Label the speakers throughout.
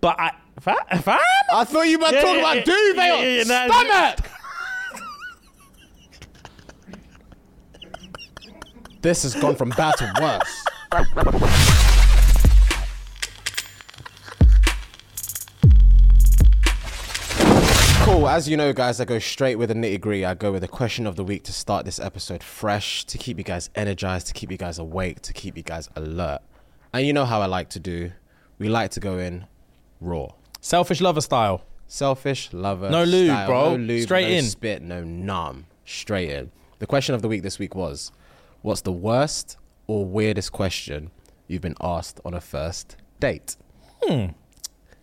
Speaker 1: But I, if, I, if I'm
Speaker 2: I thought you were
Speaker 1: Yeah,
Speaker 2: talking
Speaker 1: yeah,
Speaker 2: about
Speaker 1: yeah,
Speaker 2: duvet
Speaker 1: yeah,
Speaker 2: on
Speaker 1: yeah, yeah, no,
Speaker 2: stomach. this has gone from bad to worse. Cool. As you know, guys, I go straight with the nitty gritty. I go with the question of the week to start this episode fresh, to keep you guys energized, to keep you guys awake, to keep you guys alert. And you know how I like to do. We like to go in raw.
Speaker 1: selfish lover style.
Speaker 2: Selfish lover.
Speaker 1: No lube,
Speaker 2: style.
Speaker 1: bro.
Speaker 2: No lube,
Speaker 1: Straight
Speaker 2: no
Speaker 1: in.
Speaker 2: Spit, no numb. Straight in. The question of the week this week was, what's the worst or weirdest question you've been asked on a first date?
Speaker 1: Hmm.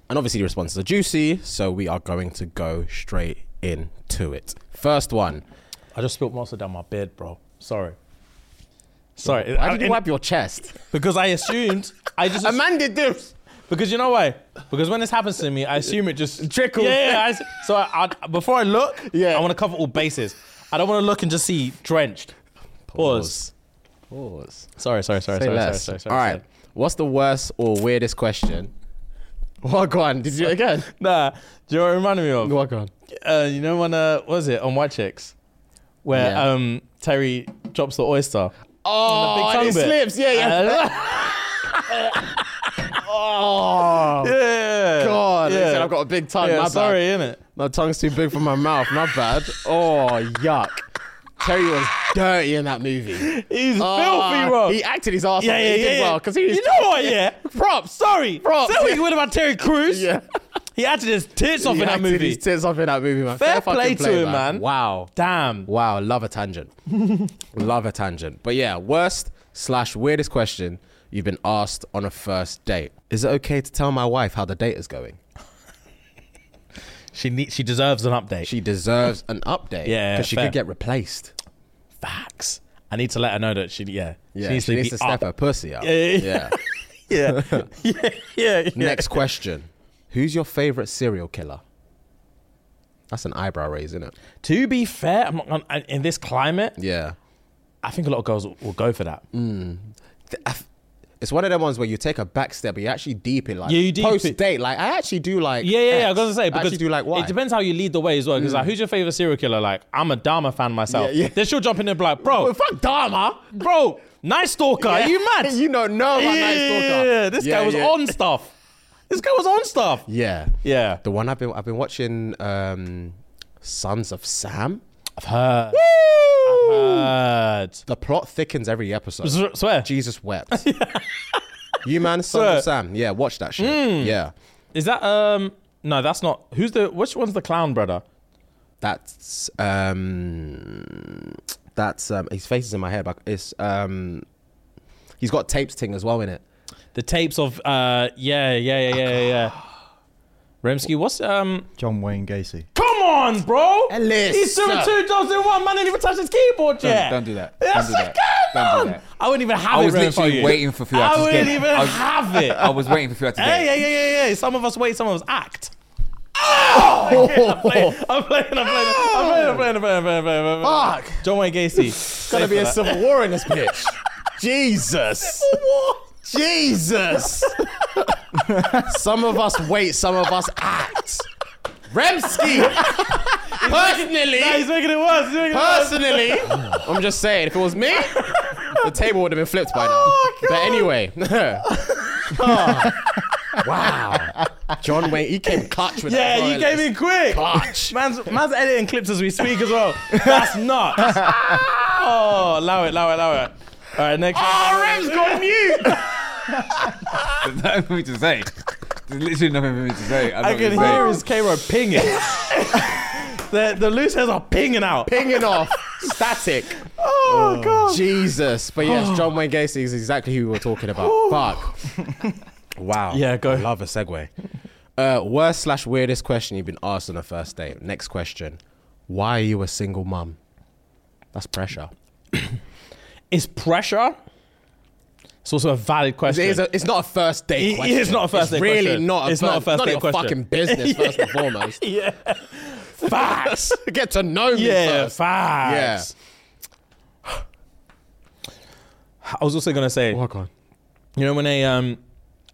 Speaker 2: And obviously the responses are juicy, so we are going to go straight into it. First one.
Speaker 1: I just spilled monster down my beard, bro. Sorry. Sorry.
Speaker 2: Why did
Speaker 1: I-
Speaker 2: you wipe your chest?
Speaker 1: Because I assumed. I just.
Speaker 2: man did this.
Speaker 1: Because you know why? Because when this happens to me, I assume it just
Speaker 2: Trickles.
Speaker 1: Yeah. yeah, I s- so I, I, before I look,
Speaker 2: Yeah.
Speaker 1: I want to cover all bases. I don't want to look and just see drenched. Pause.
Speaker 2: Pause.
Speaker 1: Sorry, sorry, sorry, sorry,
Speaker 2: Say
Speaker 1: sorry,
Speaker 2: less.
Speaker 1: sorry, sorry.
Speaker 2: All right.
Speaker 1: sorry.
Speaker 2: What's the worst or weirdest question? What go on? Did you again?
Speaker 1: Nah. Do you know what it reminded me of?
Speaker 2: Walk on.
Speaker 1: Uh, you know when uh, what was it on White Chicks, where
Speaker 2: Yeah.
Speaker 1: um Terry drops the oyster.
Speaker 2: Oh,
Speaker 1: big tongue
Speaker 2: it
Speaker 1: bit.
Speaker 2: slips. Yeah,
Speaker 1: Uh,
Speaker 2: yeah. oh,
Speaker 1: yeah.
Speaker 2: God. He
Speaker 1: Yeah.
Speaker 2: said I've got a big tongue.
Speaker 1: yeah
Speaker 2: my
Speaker 1: sorry,
Speaker 2: bad.
Speaker 1: innit?
Speaker 2: My tongue's too big for my mouth. My bad. Oh, yuck. Terry was dirty in that movie.
Speaker 1: He's
Speaker 2: Oh,
Speaker 1: filthy, bro.
Speaker 2: He acted his ass
Speaker 1: yeah,
Speaker 2: off.
Speaker 1: yeah,
Speaker 2: he
Speaker 1: yeah.
Speaker 2: did
Speaker 1: yeah.
Speaker 2: well because he was.
Speaker 1: you know what? Yeah.
Speaker 2: Props.
Speaker 1: Sorry.
Speaker 2: Props.
Speaker 1: Say what you would about Terry Crews.
Speaker 2: Yeah.
Speaker 1: He acted his tits off
Speaker 2: He
Speaker 1: in that
Speaker 2: acted
Speaker 1: movie.
Speaker 2: His tits off in that movie, man.
Speaker 1: Fair
Speaker 2: fucking
Speaker 1: play to him, man.
Speaker 2: Wow.
Speaker 1: Damn.
Speaker 2: Wow, love a tangent. love a tangent. But yeah, worst slash weirdest question you've been asked on a first date. Is it okay to tell my wife how the date is going?
Speaker 1: She need, she deserves an update.
Speaker 2: She deserves an update.
Speaker 1: Yeah,
Speaker 2: Because she
Speaker 1: fair.
Speaker 2: could get replaced.
Speaker 1: facts. I need to let her know that she yeah.
Speaker 2: Yeah.
Speaker 1: she needs to, be
Speaker 2: step
Speaker 1: up.
Speaker 2: her pussy up.
Speaker 1: Yeah, yeah, Yeah.
Speaker 2: yeah.
Speaker 1: yeah. Yeah. yeah.
Speaker 2: Next question. Who's your favorite serial killer? That's an eyebrow raise, isn't it?
Speaker 1: To be fair, I'm not, gonna- and in this climate,
Speaker 2: Yeah.
Speaker 1: I think a lot of girls will, will go for that.
Speaker 2: Th- I f- It's one of them ones where you take a back step, but you actually deep it like
Speaker 1: Yeah, you deep it.
Speaker 2: post date. Like I actually do like
Speaker 1: Yeah, yeah, yeah. I was
Speaker 2: X.
Speaker 1: gonna say
Speaker 2: I
Speaker 1: because
Speaker 2: actually do like why
Speaker 1: it depends how you lead the way as well. Because like, who's your favorite serial killer? Like, I'm a Dharma fan myself.
Speaker 2: Yeah, yeah.
Speaker 1: Then she'll jump in and be like, bro,
Speaker 2: Well, Oh, fuck Dharma.
Speaker 1: bro, Night Stalker, are you mad?
Speaker 2: you don't know about Night Stalker.
Speaker 1: Yeah, this guy was
Speaker 2: yeah.
Speaker 1: on stuff. This guy was on stuff.
Speaker 2: Yeah,
Speaker 1: Yeah.
Speaker 2: The one I've been I've been watching, um, Sons of Sam.
Speaker 1: I've heard. Heard.
Speaker 2: The plot thickens every episode.
Speaker 1: S- Swear.
Speaker 2: Jesus wept. you man, Sons of Sam. Yeah, watch that shit.
Speaker 1: Hmm.
Speaker 2: Yeah,
Speaker 1: Is that um no, that's not who's the which one's the clown brother?
Speaker 2: that's um, that's um, his face is in my head, but it's um, he's got tapes ting as well in it.
Speaker 1: The tapes of uh yeah, yeah, yeah, yeah, yeah, yeah. Remsky, what's um
Speaker 3: John Wayne Gacy.
Speaker 1: Come on, bro!
Speaker 2: Ellis.
Speaker 1: He's doing two jobs in one, man didn't even touch his keyboard yet.
Speaker 3: don't do that.
Speaker 1: Yes,
Speaker 3: Don't do
Speaker 1: I
Speaker 3: that.
Speaker 1: can,
Speaker 3: Don't do
Speaker 1: man.
Speaker 3: that.
Speaker 1: I wouldn't even have
Speaker 3: I
Speaker 1: it.
Speaker 3: was
Speaker 1: Rem, for
Speaker 3: literally
Speaker 1: you.
Speaker 3: waiting for Fuad
Speaker 1: I
Speaker 3: to get
Speaker 1: wouldn't
Speaker 3: it.
Speaker 1: even
Speaker 3: I was-
Speaker 1: have it.
Speaker 3: I was waiting for you to get
Speaker 1: Hey,
Speaker 3: it.
Speaker 1: yeah, yeah, yeah, yeah. Some of us wait, some of us act. Oh, I'm playing, I'm playing, I'm playing, I'm playing, I'm playing, I'm playing, I'm playing, I'm playing, I'm playing, I'm playing.
Speaker 2: Fuck!
Speaker 1: John Wayne Gacy.
Speaker 2: Gotta be a
Speaker 1: Safe for
Speaker 2: civil war in this bitch. Jesus.
Speaker 1: that. What?
Speaker 2: Jesus! some of us wait, some of us act. Remsky!
Speaker 1: Nah, he's
Speaker 2: personally,
Speaker 1: making it worse. He's making it worse.
Speaker 2: personally, I'm just saying, if it was me, the table would have been flipped by now.
Speaker 1: Oh,
Speaker 2: but anyway. wow. John Wayne, he came clutch with that.
Speaker 1: Yeah, you
Speaker 2: toilet.
Speaker 1: came in quick.
Speaker 2: Clutch.
Speaker 1: Man's, man's editing clips as we speak as well. That's nuts. oh, allow it, allow it, allow it. All right, next.
Speaker 2: Oh, Rem's got mute!
Speaker 3: There's nothing for me to say. There's literally nothing for me to say. I,
Speaker 1: I can hear his camera pinging. the, the loose hairs are pinging out.
Speaker 2: Pinging off. Static.
Speaker 1: Oh, God. Oh.
Speaker 2: Jesus. But yes, John Wayne Gacy is exactly who we were talking about. Fuck. Wow.
Speaker 1: Yeah, go.
Speaker 2: I love a segue. Uh, worst slash weirdest question you've been asked on a first date. Next question. Why are you a single mum? That's pressure.
Speaker 1: It's pressure. It's also a valid
Speaker 2: It
Speaker 1: question.
Speaker 2: is a- it's not a first date
Speaker 1: It-
Speaker 2: question.
Speaker 1: it's not a first
Speaker 2: It's
Speaker 1: date
Speaker 2: really
Speaker 1: question.
Speaker 2: not a
Speaker 1: It's not a
Speaker 2: fir-
Speaker 1: first
Speaker 2: none of
Speaker 1: date
Speaker 2: your
Speaker 1: question.
Speaker 2: fucking business, first and foremost.
Speaker 1: yeah. Facts.
Speaker 2: Get to know me
Speaker 1: yeah,
Speaker 2: first.
Speaker 1: facts. I was also gonna say,
Speaker 2: Walk on.
Speaker 1: you know, when a um,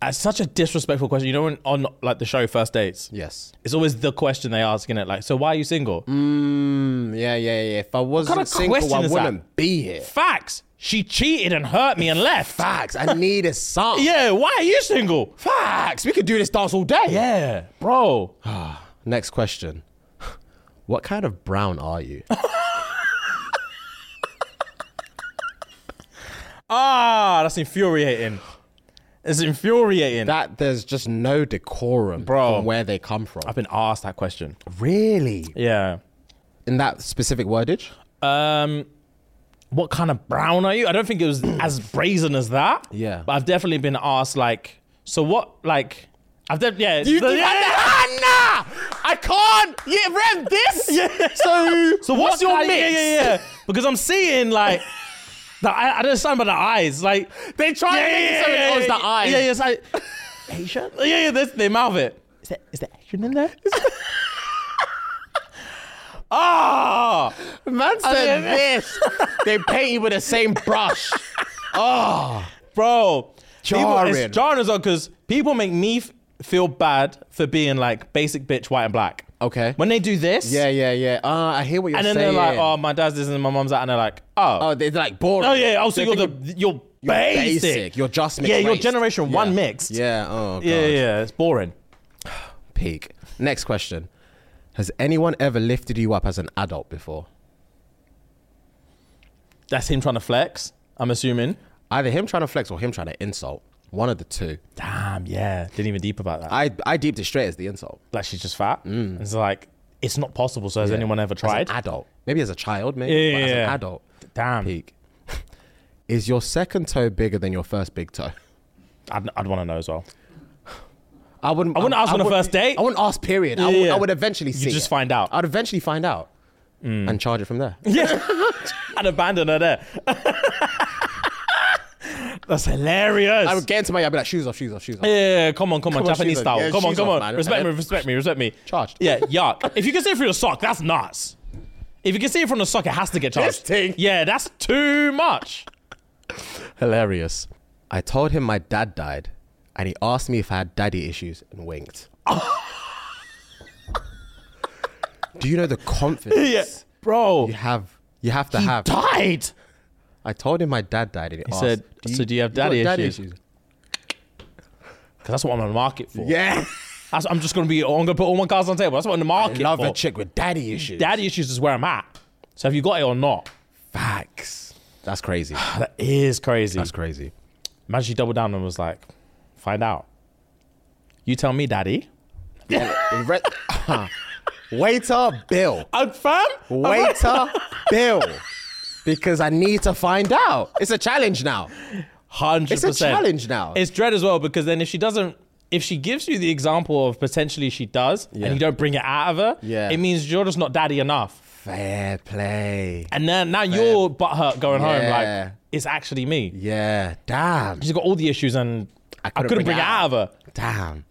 Speaker 1: it's such a disrespectful question. You know, when on like the show first dates,
Speaker 2: Yes.
Speaker 1: it's always the question they ask in it, like, so why are you single?
Speaker 2: Mm, yeah, yeah, yeah. If I wasn't
Speaker 1: kind of
Speaker 2: single,
Speaker 1: question
Speaker 2: I
Speaker 1: is that?
Speaker 2: wouldn't be here.
Speaker 1: Facts. She cheated and hurt me and left.
Speaker 2: Facts. I need a song.
Speaker 1: Yeah. Why are you single?
Speaker 2: Facts. We could do this dance all day.
Speaker 1: Yeah,
Speaker 2: Oh.
Speaker 1: bro.
Speaker 2: Next question. What kind of brown are you?
Speaker 1: Ah, that's infuriating. It's infuriating.
Speaker 2: that there's just no decorum
Speaker 1: Bro.
Speaker 2: from where they come from.
Speaker 1: I've been asked that question.
Speaker 2: Really?
Speaker 1: Yeah.
Speaker 2: In that specific wordage?
Speaker 1: Um, what kind of brown are you? I don't think it was as brazen as that.
Speaker 2: Yeah.
Speaker 1: But I've definitely been asked like, so what? Like, I've definitely yeah. it's the- yeah, yeah.
Speaker 2: Hannah! I can't! Yeah, Rem, this? Yeah. So,
Speaker 1: So what's your
Speaker 2: kind-
Speaker 1: mix? Yeah, yeah, yeah. Because I'm seeing like. The, I, I don't understand about the eyes. Like
Speaker 2: They try and make it so it owns the eyes.
Speaker 1: Yeah, yeah, it's like Asian. Yeah, yeah, that's- they mouth it. Is that is that Asian in there? Ah,
Speaker 2: Man said
Speaker 1: yeah.
Speaker 2: this. they paint you with the same brush.
Speaker 1: bro. People,
Speaker 2: Jarring.
Speaker 1: it's jarring as well because people make me f- feel bad for being like basic bitch, white and black.
Speaker 2: Okay.
Speaker 1: When they do this,
Speaker 2: yeah, yeah, yeah. Uh, I hear what you're
Speaker 1: and then
Speaker 2: saying.
Speaker 1: they're like, "Oh, my dad's this and my mom's that," and they're like, "Oh,
Speaker 2: Oh, they're like boring.
Speaker 1: oh yeah, oh, so
Speaker 2: They
Speaker 1: you're
Speaker 2: think
Speaker 1: the you're,
Speaker 2: you're
Speaker 1: basic.
Speaker 2: You're just mixed
Speaker 1: yeah, you're
Speaker 2: race.
Speaker 1: generation one
Speaker 2: Yeah.
Speaker 1: mixed.
Speaker 2: Yeah, oh, God.
Speaker 1: yeah, yeah. It's boring.
Speaker 2: peak. Next question. Has anyone ever lifted you up as an adult before?
Speaker 1: That's him trying to flex. I'm assuming.
Speaker 2: Either him trying to flex or him trying to insult. One of the two.
Speaker 1: Damn, yeah. Didn't even deep about that.
Speaker 2: I, I deeped it straight as the insult.
Speaker 1: like she's just fat.
Speaker 2: Mm.
Speaker 1: It's like it's not possible. So has anyone ever tried?
Speaker 2: As an adult. Maybe as a child, maybe.
Speaker 1: Yeah,
Speaker 2: but as
Speaker 1: yeah,
Speaker 2: an
Speaker 1: yeah.
Speaker 2: adult.
Speaker 1: Damn,
Speaker 2: Peak. Is your second toe bigger than your first big toe?
Speaker 1: I'd, I'd want to know as well.
Speaker 2: I wouldn't. I
Speaker 1: wouldn't ask on a
Speaker 2: wouldn't-
Speaker 1: first date.
Speaker 2: I wouldn't ask. Period. I,
Speaker 1: Yeah,
Speaker 2: would,
Speaker 1: yeah.
Speaker 2: I would eventually see.
Speaker 1: just
Speaker 2: it.
Speaker 1: find out. Hmm.
Speaker 2: I'd eventually find out and charge it from there.
Speaker 1: Yeah, I'd abandon her there. That's hilarious.
Speaker 2: I would get into my. I'd be like, shoes off, shoes off, shoes off.
Speaker 1: yeah, come on, come on,
Speaker 2: Come on,
Speaker 1: Japanese
Speaker 2: she's a-
Speaker 1: style.
Speaker 2: yeah,
Speaker 1: come on,
Speaker 2: she's
Speaker 1: come
Speaker 2: a
Speaker 1: on.
Speaker 2: man.
Speaker 1: Respect me, respect me, respect me.
Speaker 2: Charged.
Speaker 1: Yeah, yuck. if you can see it through your sock, that's nuts. If you can see it from the sock, it has to get charged.
Speaker 2: thing.
Speaker 1: Yeah, that's too much.
Speaker 2: Hilarious. I told him my dad died, and he asked me if I had daddy issues and winked. Do you know the confidence
Speaker 1: Yeah, bro.
Speaker 2: you have? You have to
Speaker 1: He
Speaker 2: have.
Speaker 1: died.
Speaker 2: I told him my dad died, and he, asked,
Speaker 1: said, "So do you have daddy
Speaker 2: got
Speaker 1: issues?" Because that's what I'm on the market for.
Speaker 2: Yeah.
Speaker 1: That's, I'm just gonna be. I'm gonna put all my cards on the table. That's what I'm in the market
Speaker 2: Love
Speaker 1: for.
Speaker 2: a chick with daddy issues.
Speaker 1: Daddy issues is where I'm at. So have you got it or not?
Speaker 2: Facts. That's crazy.
Speaker 1: That is crazy.
Speaker 2: That's crazy.
Speaker 1: Imagine she doubled down and was like, "Find out. You tell me, Daddy."
Speaker 2: Re- Waiter Bill.
Speaker 1: I'm fam.
Speaker 2: Waiter Bill. Because I need to find out. It's a challenge now.
Speaker 1: Hundred
Speaker 2: It's
Speaker 1: percent.
Speaker 2: a challenge now.
Speaker 1: It's dread as well because then if she doesn't, if she gives you the example of potentially she does,
Speaker 2: Yeah.
Speaker 1: and you don't bring it out of her,
Speaker 2: Yeah.
Speaker 1: it means you're just not daddy enough.
Speaker 2: Fair play.
Speaker 1: And then now you're butthurt going home
Speaker 2: Yeah.
Speaker 1: like it's actually me.
Speaker 2: Yeah. Damn.
Speaker 1: She's got all the issues and I couldn't, bring, it out, of her.
Speaker 2: Damn.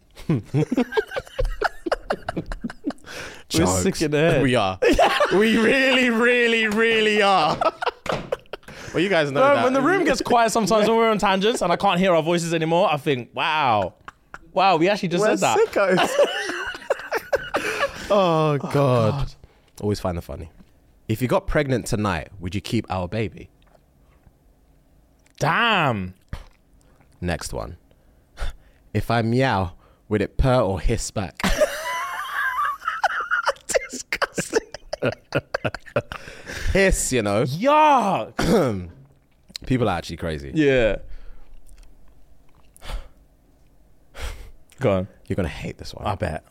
Speaker 1: We're sick in the head.
Speaker 2: We are. we really, really, really are. well, you guys know
Speaker 1: Bro,
Speaker 2: that.
Speaker 1: when the room gets quiet sometimes when we're on tangents and I can't hear our voices anymore, I think, wow. Wow, we actually just
Speaker 2: We're
Speaker 1: said that.
Speaker 2: sickos. oh, God. Always find the funny. If you got pregnant tonight, would you keep our baby?
Speaker 1: Damn.
Speaker 2: Next one. If I meow, would it purr or hiss back? Disgusting. hiss, you know.
Speaker 1: Yuck.
Speaker 2: People are actually crazy.
Speaker 1: Yeah. Go on.
Speaker 2: You're going to hate this one.
Speaker 1: I bet.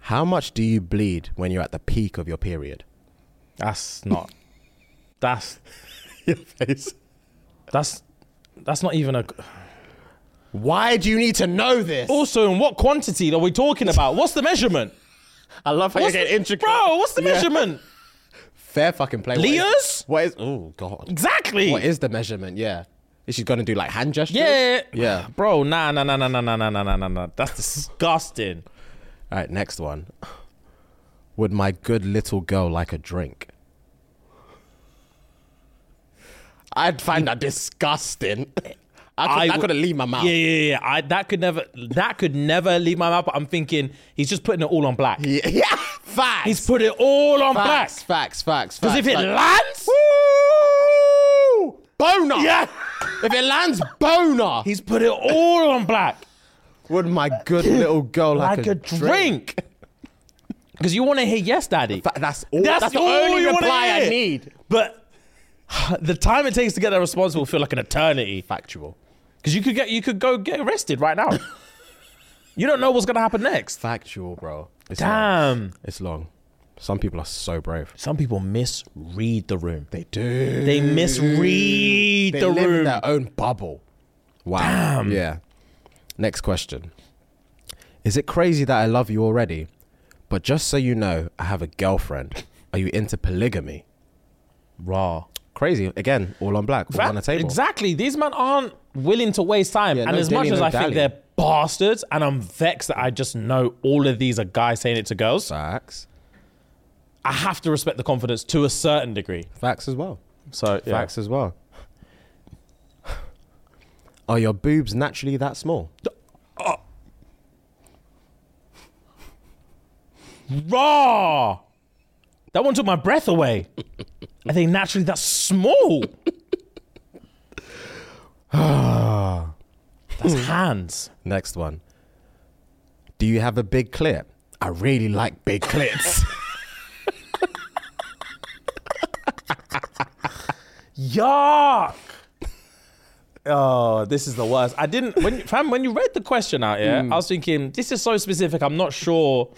Speaker 2: How much do you bleed when you're at the peak of your period?
Speaker 1: That's not. That's
Speaker 2: Your face.
Speaker 1: that's that's not even a.
Speaker 2: Why do you need to know this?
Speaker 1: Also, in what quantity are we talking about? What's the measurement?
Speaker 2: I love how
Speaker 1: What's
Speaker 2: you get
Speaker 1: the-
Speaker 2: intricate.
Speaker 1: Bro, what's the
Speaker 2: Yeah.
Speaker 1: measurement?
Speaker 2: Fair fucking play. What is-
Speaker 1: Leos?
Speaker 2: What is? Oh god.
Speaker 1: Exactly.
Speaker 2: What is the measurement? Yeah. Is she gonna do like hand gestures?
Speaker 1: yeah.
Speaker 2: Yeah.
Speaker 1: Bro, nah, nah, nah, nah, nah, nah, nah, nah, nah, nah, nah. That's disgusting.
Speaker 2: All right. Next one. Would my good little girl like a drink? I'd find that disgusting. I, could,
Speaker 1: I
Speaker 2: I,
Speaker 1: would-
Speaker 2: couldn't leave my mouth.
Speaker 1: Yeah, yeah, yeah. I that could never that could never leave my mouth. But I'm thinking he's just putting it all on black.
Speaker 2: Yeah. yeah. Facts.
Speaker 1: He's put it all on black.
Speaker 2: facts, facts. Facts.
Speaker 1: Because
Speaker 2: facts,
Speaker 1: if it
Speaker 2: facts.
Speaker 1: lands,
Speaker 2: Woo! Boner.
Speaker 1: Yeah.
Speaker 2: If it lands boner,
Speaker 1: he's put it all on black.
Speaker 2: would my good little girl like,
Speaker 1: Like, a drink. Because you want to hear yes, daddy.
Speaker 2: Fa- That's all.
Speaker 1: That's
Speaker 2: That's, the
Speaker 1: all
Speaker 2: only
Speaker 1: you wanna
Speaker 2: reply I
Speaker 1: hear.
Speaker 2: need.
Speaker 1: But the time it takes to get that response will feel like an eternity.
Speaker 2: Factual.
Speaker 1: Because you could get you could go get arrested right now. you don't know what's gonna happen next.
Speaker 2: Factual, bro. It's Long.
Speaker 1: Damn.
Speaker 2: It's long. Some people are so brave.
Speaker 1: Some people misread the room. They
Speaker 2: Dude.
Speaker 1: they misread
Speaker 2: They
Speaker 1: the
Speaker 2: live in
Speaker 1: room.
Speaker 2: their own bubble. Wow. Yeah. Next question. Is it crazy that I love you already? But just so you know, I have a girlfriend. Are you into polygamy?
Speaker 1: Raw.
Speaker 2: Crazy. Again, all on black, all
Speaker 1: That-
Speaker 2: on the table.
Speaker 1: Exactly. These men aren't willing to waste time.
Speaker 2: Yeah,
Speaker 1: and
Speaker 2: no
Speaker 1: as much
Speaker 2: dilly,
Speaker 1: as
Speaker 2: no
Speaker 1: I think
Speaker 2: dally.
Speaker 1: they're bastards, and I'm vexed that I just know all of these are guys saying it to girls,
Speaker 2: Facts.
Speaker 1: I have to respect the confidence to a certain degree.
Speaker 2: Facts as well.
Speaker 1: So yeah.
Speaker 2: Facts as well. Are your boobs naturally that small?
Speaker 1: Raw. That one took my breath away. I think naturally that's small. that's hands.
Speaker 2: Next one. Do you have a big clit? I really like big clits.
Speaker 1: Yuck. Oh, this is the worst. I didn't when fam when you read the question out here,
Speaker 2: Hmm.
Speaker 1: I was thinking this is so specific. I'm not sure.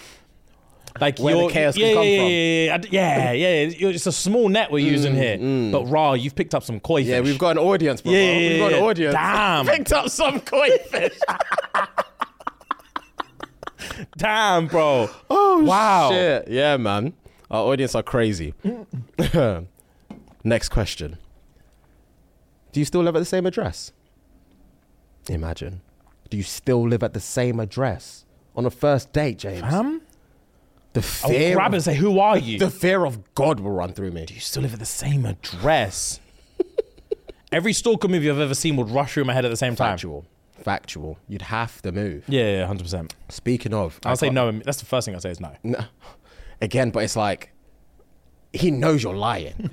Speaker 1: Like
Speaker 2: Where the
Speaker 1: you're-
Speaker 2: chaos can
Speaker 1: yeah,
Speaker 2: come
Speaker 1: yeah,
Speaker 2: from. Hmm,
Speaker 1: Yeah, yeah, I d- yeah, yeah, yeah. It's a small net we're using here, but raw. You've picked up some koi fish.
Speaker 2: yeah, we've got an audience, bro.
Speaker 1: Yeah, yeah,
Speaker 2: we've got
Speaker 1: yeah.
Speaker 2: an audience.
Speaker 1: Damn.
Speaker 2: Picked up some koi fish.
Speaker 1: Damn, bro. Oh wow.
Speaker 2: Shit. Yeah, man. Our audience are crazy. Next question. Do you still live at the same address? Imagine. Do you still live at the same address on a first date, James?
Speaker 1: Fam?
Speaker 2: The
Speaker 1: I'll
Speaker 2: fear,
Speaker 1: grab and say, "Who are you?"
Speaker 2: the fear of God will run through me.
Speaker 1: you still live at the same address. Every stalker movie I've ever seen would rush through my head at the same time.
Speaker 2: Factual. Factual. You'd have to move.
Speaker 1: Yeah, yeah, hundred percent.
Speaker 2: Speaking of, I
Speaker 1: I'll say
Speaker 2: can't-
Speaker 1: no. That's the first thing I say is no.
Speaker 2: no. Again, but it's like he knows you're lying.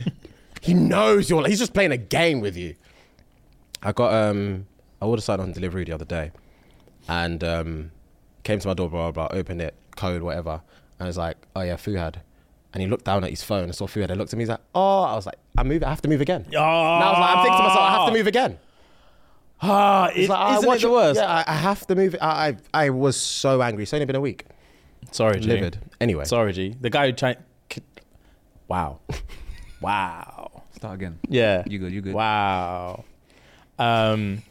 Speaker 2: he knows you're. He's just playing a game with you. I got um, I ordered something on delivery the other day, and um, came to my door, blah blah blah, opened it, code whatever, and it's like, oh yeah, Fuhad. And he looked down at his phone and saw Fuhad. I looked at me. He's like, oh, I was like, I move. I have to move again. And I was like, I'm thinking to myself, I have to move again.
Speaker 1: Ah, it,
Speaker 2: It's like, I
Speaker 1: isn't it
Speaker 2: watch-
Speaker 1: the worst?
Speaker 2: Yeah, I, I have to move. I, I I was so angry. It's only been a week.
Speaker 1: Sorry, G.
Speaker 2: Livid. Anyway,
Speaker 1: Sorry, G. The guy who tried. Wow. wow.
Speaker 3: Start again.
Speaker 1: Yeah.
Speaker 3: You good, you good.
Speaker 1: Wow. Um,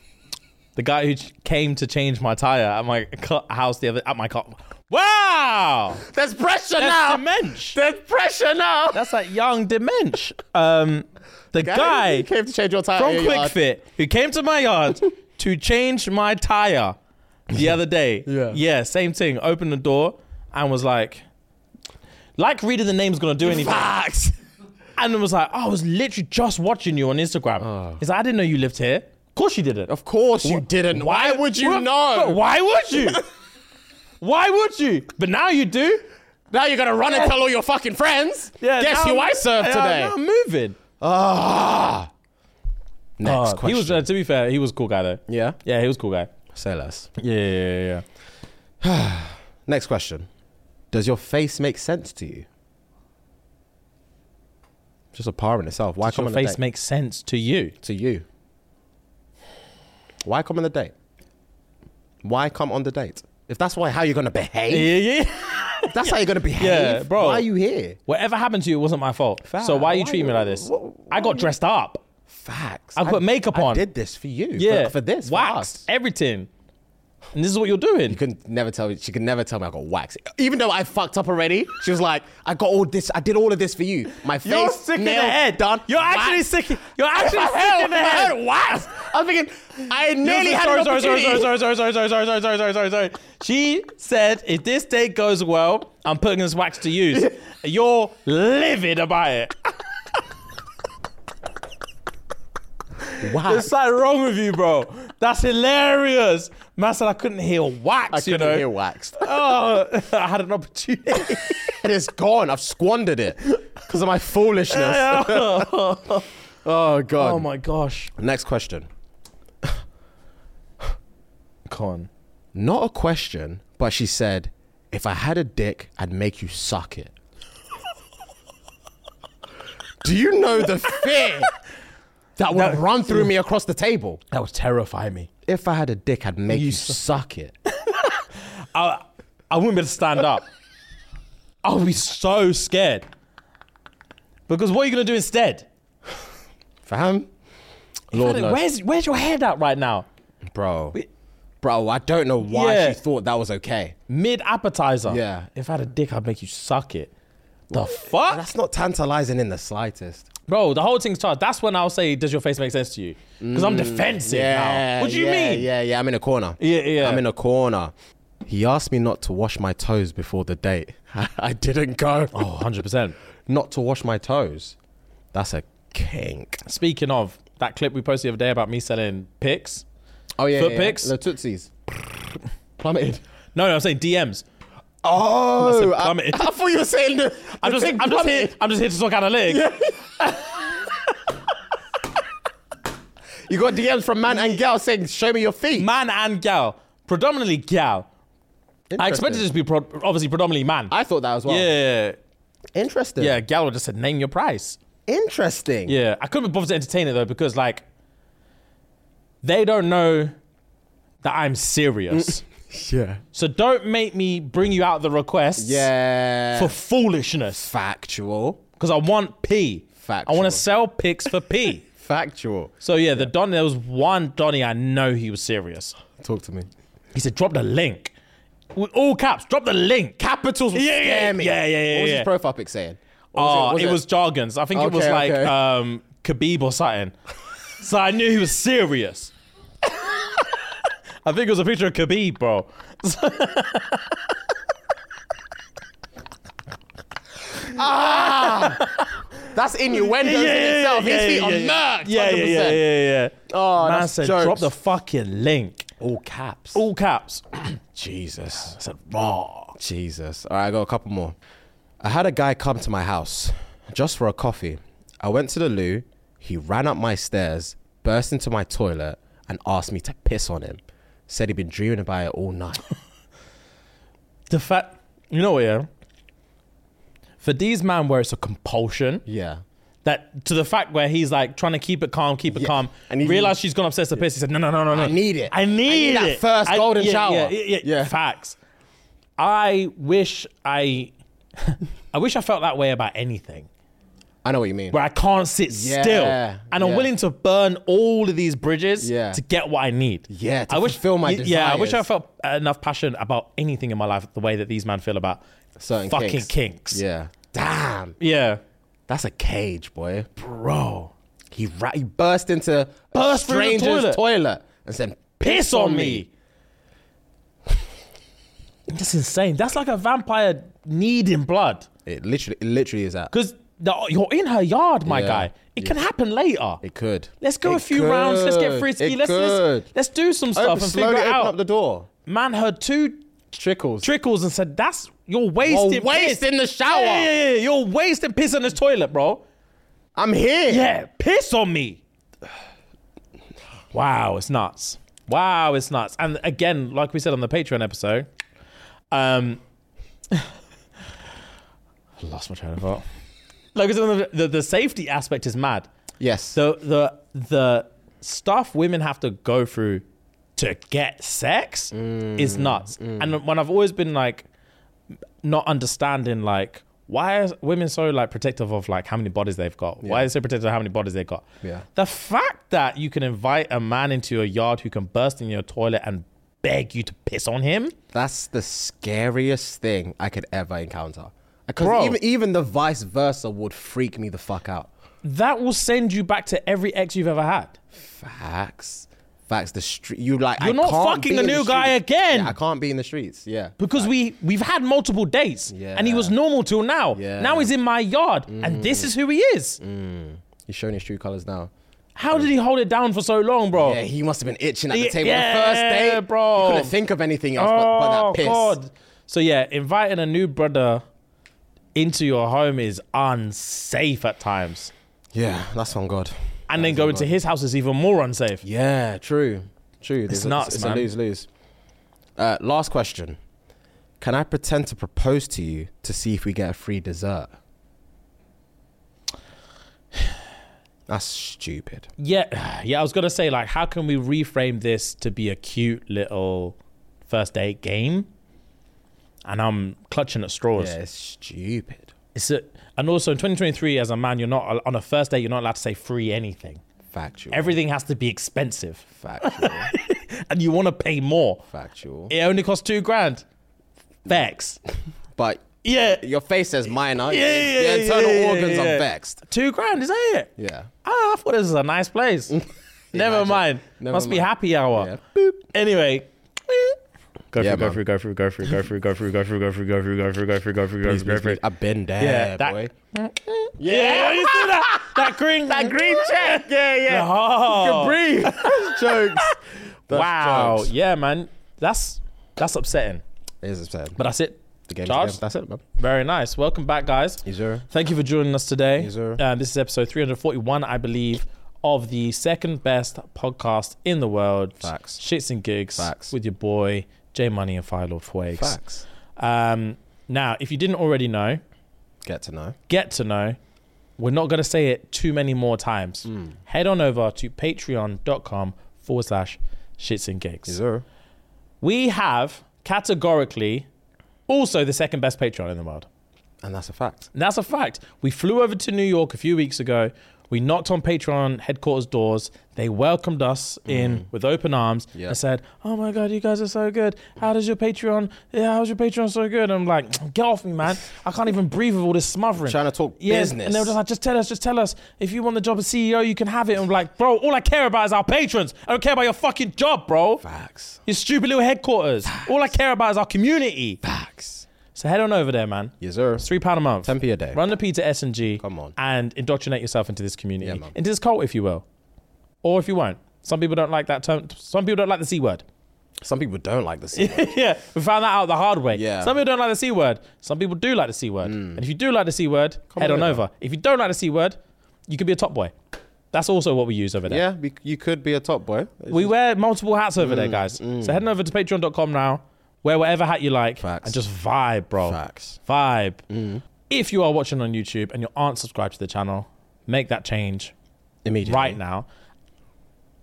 Speaker 1: the guy who ch- came to change my tire at my cu- house the other at my car. Wow.
Speaker 2: there's pressure
Speaker 1: That's
Speaker 2: now.
Speaker 1: dementia.
Speaker 2: There's pressure now.
Speaker 1: That's like young dementia. Um, the guy,
Speaker 2: who came to change your tire.
Speaker 1: from
Speaker 2: at your
Speaker 1: Quick
Speaker 2: yard.
Speaker 1: Fit who came to my yard to change my tire the other day.
Speaker 2: Yeah.
Speaker 1: Yeah, same thing. Opened the door and was like, like reading the name's gonna do anything.
Speaker 2: Facts.
Speaker 1: And was like, I was literally just watching you on Instagram. He's like, I didn't know you lived here. Oh. Of course you didn't.
Speaker 2: Of course you didn't. Why, would you
Speaker 1: Well,
Speaker 2: know?
Speaker 1: but why would you? why would you? But now you do.
Speaker 2: Now you're gonna run and tell all your fucking friends. Guess
Speaker 1: now
Speaker 2: who
Speaker 1: I'm-
Speaker 2: I served
Speaker 1: now-
Speaker 2: today.
Speaker 1: now I'm moving.
Speaker 2: Ah. Next
Speaker 1: Uh,
Speaker 2: question.
Speaker 1: he was, uh, to be fair, he was a cool guy though.
Speaker 2: yeah.
Speaker 1: Yeah, he was a cool guy.
Speaker 2: Say less.
Speaker 1: Yeah, yeah, yeah, yeah.
Speaker 2: Next question. Does your face make sense to you? Just a par in itself. Why
Speaker 1: Does
Speaker 2: come
Speaker 1: your
Speaker 2: on the
Speaker 1: face
Speaker 2: date?
Speaker 1: makes sense to you?
Speaker 2: to you? Why come on the date? Why come on the date? If that's why how you're gonna behave,
Speaker 1: Yeah, yeah.
Speaker 2: If that's how you're gonna behave.
Speaker 1: Yeah, bro.
Speaker 2: Why are you here?
Speaker 1: Whatever happened to you, it wasn't my fault. so why are you
Speaker 2: why
Speaker 1: treating me
Speaker 2: you-
Speaker 1: like this?
Speaker 2: wh- wh-
Speaker 1: I got dressed up.
Speaker 2: Facts.
Speaker 1: I put makeup on.
Speaker 2: I did this for you.
Speaker 1: Yeah,
Speaker 2: For, for this. for
Speaker 1: waxed
Speaker 2: us.
Speaker 1: everything, and this is what you're doing.
Speaker 2: You could never tell me. She could never tell me I got waxed. Even though I fucked up already, she was like, "I got all this. I did all of this for you. My face,
Speaker 1: You're sick in the
Speaker 2: nails
Speaker 1: head,
Speaker 2: done.
Speaker 1: You're actually
Speaker 2: waxed.
Speaker 1: sick. You're actually sick in the
Speaker 2: My
Speaker 1: head.
Speaker 2: waxed. I'm thinking, I nearly had
Speaker 1: sorry,
Speaker 2: an
Speaker 1: sorry, sorry,
Speaker 2: opportunity.
Speaker 1: sorry, sorry, sorry, sorry, sorry, sorry, sorry, sorry, sorry, sorry, sorry. She said, if this day goes well, I'm putting this wax to use. You're livid about it. There's
Speaker 2: Wax.
Speaker 1: something wrong with you, bro. That's hilarious. Man said I couldn't heal wax,
Speaker 2: I
Speaker 1: you
Speaker 2: couldn't
Speaker 1: know.
Speaker 2: hear waxed.
Speaker 1: Oh, I had an opportunity.
Speaker 2: and it's gone. I've squandered it because of my foolishness. oh god.
Speaker 1: oh my gosh.
Speaker 2: Next question.
Speaker 1: Con.
Speaker 2: Not a question, but she said, "If I had a dick, I'd make you suck it." Do you know the fear that would run through me across the table?
Speaker 1: That would terrify me.
Speaker 2: If I had a dick, I'd make you, suck it.
Speaker 1: I wouldn't be able to stand up. I would be so scared. Because what are you gonna do instead?
Speaker 2: Fam, Lord knows,
Speaker 1: Where's where's your head at right now?
Speaker 2: bro, bro. I don't know why
Speaker 1: Yeah.
Speaker 2: she thought that was okay.
Speaker 1: Mid appetizer.
Speaker 2: Yeah.
Speaker 1: If I had a dick, I'd make you suck it. The fuck?
Speaker 2: That's not tantalizing in the slightest.
Speaker 1: Bro, the whole thing's charged. That's when I'll say, does your face make sense to you? Because I'm defensive now. What do you
Speaker 2: yeah,
Speaker 1: mean?
Speaker 2: Yeah, yeah, I'm in a corner.
Speaker 1: Yeah, yeah.
Speaker 2: I'm in a corner. He asked me not to wash my toes before the date. I didn't go.
Speaker 1: Oh, 100%.
Speaker 2: Not to wash my toes. That's a kink.
Speaker 1: Speaking of that clip we posted the other day about me selling pics.
Speaker 2: Oh yeah,
Speaker 1: Foot yeah, yeah. pics? The
Speaker 2: Tootsies. Plummeted.
Speaker 1: No, no, I'm saying DMs.
Speaker 2: Oh,
Speaker 1: I- plummeted. I
Speaker 2: thought you were saying. The,
Speaker 1: I'm just, I'm, just here, I'm just here to talk analytics.
Speaker 2: You got DMs from man and girl saying, "Show me your feet."
Speaker 1: Man and gal. Predominantly gal. I expected it to be pro- obviously predominantly man.
Speaker 2: I thought that as well.
Speaker 1: yeah.
Speaker 2: Interesting.
Speaker 1: Yeah, gal just said, name your price.
Speaker 2: Interesting.
Speaker 1: Yeah, I couldn't be bothered to entertain it though because like they don't know that I'm serious.
Speaker 2: Yeah.
Speaker 1: so don't make me bring you out the requests
Speaker 2: Yeah.
Speaker 1: for foolishness
Speaker 2: factual.
Speaker 1: because I want P. I want
Speaker 2: Factual.
Speaker 1: to sell pics for P.
Speaker 2: Factual.
Speaker 1: So yeah, the Don there was one Donny I know he was serious.
Speaker 2: Talk to me.
Speaker 1: He said drop the link. With all caps, drop the link.
Speaker 2: capitals would
Speaker 1: Yeah, yeah,
Speaker 2: scare me.
Speaker 1: yeah, yeah, yeah,
Speaker 2: What was
Speaker 1: yeah.
Speaker 2: his profile pic saying? Or
Speaker 1: Oh, it, was jargons. I think it was
Speaker 2: Okay,
Speaker 1: like
Speaker 2: okay.
Speaker 1: um, Khabib or something. so I knew he was serious. I think it was a picture of Khabib, bro.
Speaker 2: That's innuendo in itself. His feet are merged.
Speaker 1: yeah, yeah,
Speaker 2: 100%.
Speaker 1: yeah, yeah, yeah.
Speaker 2: Oh,
Speaker 1: Man
Speaker 2: that's
Speaker 1: said,
Speaker 2: jokes.
Speaker 1: drop the fucking link.
Speaker 2: all caps.
Speaker 1: All caps.
Speaker 2: Jesus.
Speaker 1: I said, raw.
Speaker 2: Jesus. All right, I got a couple more. I had a guy come to my house just for a coffee. I went to the loo. He ran up my stairs, burst into my toilet, and asked me to piss on him. Said he'd been dreaming about it all night.
Speaker 1: The fact, you know what, yeah? For these man where it's a compulsion,
Speaker 2: yeah.
Speaker 1: that to the fact where he's like trying to keep it calm, keep it
Speaker 2: Yeah.
Speaker 1: calm,
Speaker 2: And he-
Speaker 1: realized she's gone upstairs to piss. He said, "No, no, no, no, no.
Speaker 2: I need it.
Speaker 1: I
Speaker 2: I
Speaker 1: need,
Speaker 2: need that
Speaker 1: it.
Speaker 2: first
Speaker 1: I-
Speaker 2: golden
Speaker 1: yeah,
Speaker 2: shower."
Speaker 1: Yeah, yeah, yeah.
Speaker 2: Yeah.
Speaker 1: Facts. I wish I, I wish I felt that way about anything
Speaker 2: I know what you mean.
Speaker 1: where I can't sit
Speaker 2: Yeah,
Speaker 1: still, and I'm
Speaker 2: yeah.
Speaker 1: willing to burn all of these bridges
Speaker 2: Yeah.
Speaker 1: to get what I need.
Speaker 2: Yeah, to
Speaker 1: I wish
Speaker 2: fulfill my
Speaker 1: y- Yeah, I wish I
Speaker 2: desires.
Speaker 1: felt enough passion about anything in my life the way that these men feel about
Speaker 2: Certain
Speaker 1: fucking
Speaker 2: kinks.
Speaker 1: kinks.
Speaker 2: Yeah. Damn.
Speaker 1: yeah,
Speaker 2: That's a cage, boy.
Speaker 1: bro.
Speaker 2: He, ra- he burst into
Speaker 1: Burst
Speaker 2: a
Speaker 1: through the
Speaker 2: stranger's
Speaker 1: toilet.
Speaker 2: toilet. and said,
Speaker 1: piss on me. That's insane. That's like a vampire needing blood.
Speaker 2: It literally, it literally is that.
Speaker 1: Because you're in her yard, my
Speaker 2: Yeah.
Speaker 1: guy. It can happen later.
Speaker 2: It could.
Speaker 1: Let's go
Speaker 2: It
Speaker 1: a few rounds. Let's get
Speaker 2: could.
Speaker 1: frisky.
Speaker 2: It
Speaker 1: let's,
Speaker 2: could.
Speaker 1: let's let's do some stuff
Speaker 2: Open-
Speaker 1: and
Speaker 2: slowly
Speaker 1: figure it
Speaker 2: open
Speaker 1: out.
Speaker 2: up the door.
Speaker 1: Man heard two
Speaker 2: Trickles.
Speaker 1: trickles and said, "That's you're wasting
Speaker 2: Or waste
Speaker 1: piss.
Speaker 2: in the shower.
Speaker 1: Yeah, yeah, yeah. You're wasting piss in this toilet, bro.
Speaker 2: I'm here.
Speaker 1: Yeah, piss on me. Wow, it's nuts. Wow, it's nuts. And again, like we said on the Patreon episode, um, I lost my train of thought. Like we said on the, the, the safety aspect is mad.
Speaker 2: Yes.
Speaker 1: The the the stuff women have to go through to get sex is nuts. And when I've always been like not understanding like why are women so like protective of like how many bodies they've got? Why are they so protective of how many bodies they've got?
Speaker 2: Yeah.
Speaker 1: The fact that you can invite a man into your yard who can burst in your toilet and beg you to piss on him.
Speaker 2: That's the scariest thing I could ever encounter.
Speaker 1: Bro.
Speaker 2: Because even, even the vice versa would freak me the fuck out.
Speaker 1: That will send you back to every ex you've ever had.
Speaker 2: Facts. Facts. The street. You like. I
Speaker 1: You're not
Speaker 2: can't
Speaker 1: fucking
Speaker 2: be
Speaker 1: the
Speaker 2: in
Speaker 1: new guy
Speaker 2: streets.
Speaker 1: again.
Speaker 2: Yeah, I can't be in the streets. Yeah.
Speaker 1: Because we we've had multiple dates,
Speaker 2: Yeah.
Speaker 1: and he was normal till now.
Speaker 2: Yeah. Mm.
Speaker 1: Now he's in my yard, and this is who he is.
Speaker 2: He's showing his true colors now.
Speaker 1: How did he hold it down for so long, bro?
Speaker 2: Yeah, he must have been itching at the
Speaker 1: Oh. Yeah,
Speaker 2: table the first
Speaker 1: yeah,
Speaker 2: day,
Speaker 1: bro.
Speaker 2: He couldn't think of anything else but, but
Speaker 1: oh
Speaker 2: that piss.
Speaker 1: god! So yeah, inviting a new brother into your home is unsafe at times,
Speaker 2: Yeah, that's on God.
Speaker 1: and then going to his house is even more unsafe.
Speaker 2: Yeah, true, true. There's a-
Speaker 1: nuts,
Speaker 2: It's
Speaker 1: man.
Speaker 2: a lose lose. Uh, last question: Can I pretend to propose to you to see if we get a free dessert? That's stupid.
Speaker 1: Yeah, yeah. I was gonna say like, how can we reframe this to be a cute little first date game? And I'm clutching at straws.
Speaker 2: Yeah, it's stupid.
Speaker 1: It's a, and also in 2023, as a man, you're not on a first date. You're not allowed to say free anything.
Speaker 2: Factual.
Speaker 1: Everything has to be expensive,
Speaker 2: factual.
Speaker 1: and you want to pay more.
Speaker 2: factual.
Speaker 1: It only costs two grand. Facts.
Speaker 2: But
Speaker 1: Yeah,
Speaker 2: your face says minor.
Speaker 1: Yeah, yeah, yeah,
Speaker 2: Your internal
Speaker 1: yeah, yeah,
Speaker 2: organs
Speaker 1: yeah.
Speaker 2: are vexed.
Speaker 1: two grand is that it?
Speaker 2: Yeah.
Speaker 1: Ah, I thought this was a nice place. Never
Speaker 2: Imagine.
Speaker 1: mind.
Speaker 2: Never
Speaker 1: Must be
Speaker 2: mind.
Speaker 1: happy hour.
Speaker 2: Yeah.
Speaker 1: Anyway. Go
Speaker 2: Yeah,
Speaker 1: through,
Speaker 2: man.
Speaker 1: go through, go through, go through, go through, go through, go through, go through, go through, go through, go through, go through, go through, go through.
Speaker 2: I've been there,
Speaker 1: Yeah, that-
Speaker 2: boy.
Speaker 1: Yeah, you see that? That green, that green check. Yeah, yeah. Oh,
Speaker 2: breathe. That's jokes. That's
Speaker 1: wow.
Speaker 2: jokes.
Speaker 1: Yeah, man. That's that's upsetting.
Speaker 2: It is upsetting.
Speaker 1: But that's it.
Speaker 2: the game's
Speaker 1: Charles,
Speaker 2: game. That's it, man.
Speaker 1: very nice. Welcome back, guys.
Speaker 2: sir.
Speaker 1: Thank you for joining us today.
Speaker 2: Yes, sir.
Speaker 1: Uh, this is episode 341, I believe, of the second best podcast in the world.
Speaker 2: Facts.
Speaker 1: Shits and gigs.
Speaker 2: Facts.
Speaker 1: With your boy J Money and Fire Lord Fwakes.
Speaker 2: Facts.
Speaker 1: Um, now, if you didn't already know,
Speaker 2: Get to know.
Speaker 1: get to know. We're not going to say it too many more times.
Speaker 2: Mm.
Speaker 1: Head on over to patreon.com forward slash shits and gigs.
Speaker 2: sir.
Speaker 1: We have categorically also the second best Patreon in the world.
Speaker 2: And that's a fact.
Speaker 1: And that's a fact. We flew over to New York a few weeks ago. We knocked on Patreon headquarters doors. They welcomed us in with open arms
Speaker 2: Mm. Yeah.
Speaker 1: and said, "Oh my god, you guys are so good. How does your Patreon? Yeah, how's your Patreon so good?" I'm like, "Get off me, man! I can't even breathe with all this smothering."
Speaker 2: Trying to talk
Speaker 1: Yeah,
Speaker 2: business.
Speaker 1: And they were just like, "Just tell us, just tell us. If you want the job of CEO, you can have it." I'm like, "Bro, all I care about is our patrons. I don't care about your fucking job, bro.
Speaker 2: Facts.
Speaker 1: Your stupid little headquarters. All I care about is our community."
Speaker 2: Facts.
Speaker 1: So head on over there, man.
Speaker 2: Yes, sir.
Speaker 1: It's three pound a month.
Speaker 2: 10p a day.
Speaker 1: Run the P to S and G.
Speaker 2: Come on.
Speaker 1: And indoctrinate yourself into this community,
Speaker 2: Yeah, man.
Speaker 1: into this cult, if you will, or if you won't. Some people don't like that term. Some people don't like the c word.
Speaker 2: Some people don't like the C word.
Speaker 1: yeah, we found that out the hard way.
Speaker 2: Yeah. Mm.
Speaker 1: Some people don't like the c word. Some people do like the c word. And if you do like the c word, head on
Speaker 2: over.
Speaker 1: over. If you don't like the c word, you could be a top boy. That's also what we use over there.
Speaker 2: Yeah, we, you could be a top boy.
Speaker 1: We wear multiple hats over
Speaker 2: Mm,
Speaker 1: there, guys. So heading over to patreon.com now. Wear whatever hat you like
Speaker 2: Facts.
Speaker 1: and just vibe, bro.
Speaker 2: Facts.
Speaker 1: Vibe. If you are watching on YouTube and you aren't subscribed to the channel, make that change
Speaker 2: Immediately.
Speaker 1: right now.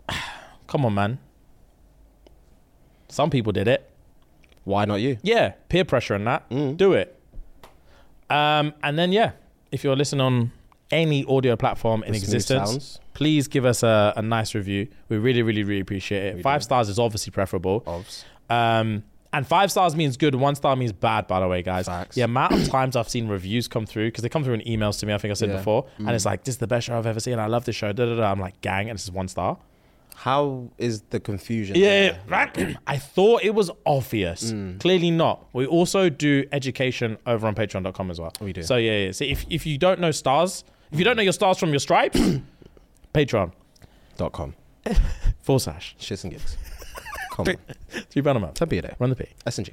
Speaker 1: Come on, man. Some people did it.
Speaker 2: Why not you?
Speaker 1: Yeah, peer pressure and that. Do it. Um, and then, yeah, if you're listening on any audio platform in
Speaker 2: smooth
Speaker 1: existence,
Speaker 2: sounds.
Speaker 1: please give us a, a nice review. We really, really, really appreciate it. five stars is obviously preferable.
Speaker 2: Obs.
Speaker 1: Um, and five stars means good, one star means bad, by the way, guys.
Speaker 2: Facts.
Speaker 1: The amount of times I've seen reviews come through, because they come through in emails to me, I think I said
Speaker 2: Yeah. Mm.
Speaker 1: before, and it's like, this is the best show I've ever seen. I love this show. Da, da, da. I'm like, gang, and this is one star.
Speaker 2: How is the confusion?
Speaker 1: Yeah,
Speaker 2: there?
Speaker 1: right. I thought it was obvious.
Speaker 2: Mm.
Speaker 1: Clearly not. We also do education over on patreon.com as well.
Speaker 2: We do.
Speaker 1: So yeah, yeah. So if, if you don't know stars, if you don't know your stars from your stripes, Patreon.
Speaker 2: Dot com.
Speaker 1: Full sash.
Speaker 2: Shits and gigs. Come on.
Speaker 1: Three pound a month.
Speaker 2: 10 p a day.
Speaker 1: Run the P.
Speaker 2: S and G.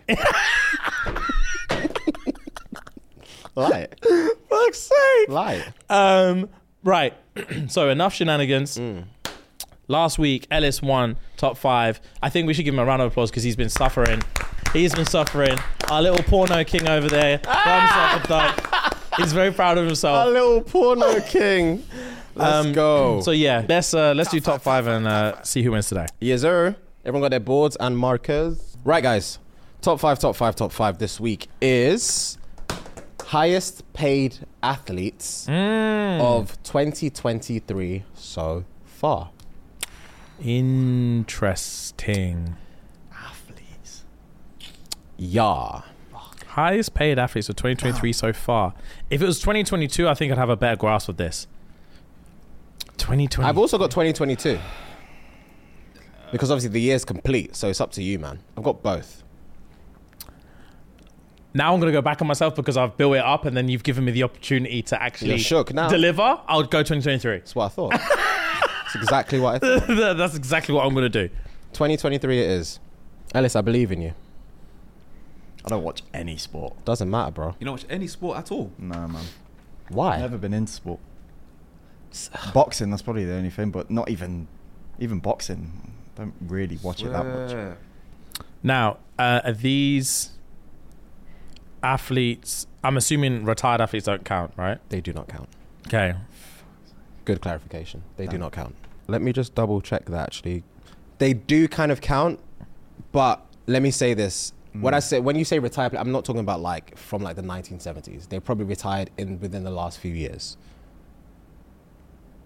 Speaker 2: Lie.
Speaker 1: Fuck's sake.
Speaker 2: Lie.
Speaker 1: Um right. so enough shenanigans.
Speaker 2: Mm.
Speaker 1: Last week, Ellis won top five. I think we should give him a round of applause because he's been suffering. He's been suffering. Our little porno king over there. got himself a dunk. He's very proud of himself.
Speaker 2: A little porno king. Let's go.
Speaker 1: So yeah, let's uh, let's do top five and uh, see who wins today.
Speaker 2: Yes, sir. Everyone got their boards and markers. Right, guys. Top five, top five, top five this week is highest paid athletes of 2023 so far.
Speaker 1: Interesting.
Speaker 2: Yeah.
Speaker 1: Highest paid athletes of 2023 so far. If it was 2022, I think I'd have a better grasp of this. 2020.
Speaker 2: I've also got 2022. Because obviously the year's complete, so it's up to you, man. I've got both.
Speaker 1: now I'm going to go back on myself because I've built it up and then you've given me the opportunity to actually
Speaker 2: You're shook now.
Speaker 1: deliver. I'll go 2023.
Speaker 2: That's what I thought. That's exactly what I thought.
Speaker 1: That's exactly what I'm going to do.
Speaker 2: 2023 it is. Ellis, I believe in you.
Speaker 4: I don't watch any sport.
Speaker 2: Doesn't matter, bro.
Speaker 3: You don't watch any sport at all.
Speaker 4: No, man.
Speaker 2: Why?
Speaker 4: I've never been into sport. boxing, that's probably the only thing, but not even, even boxing. Don't really watch it that much.
Speaker 3: Swear.
Speaker 1: Now, uh, are these athletes, I'm assuming retired athletes don't count, right?
Speaker 2: They do not count.
Speaker 1: Okay.
Speaker 2: Good clarification. They do
Speaker 4: Damn.
Speaker 2: not count. Let me just double check that actually. They do kind of count, but let me say this.
Speaker 4: Mm.
Speaker 2: When I say when you say retired, I'm not talking about like from like the 1970s. They probably retired in within the last few years.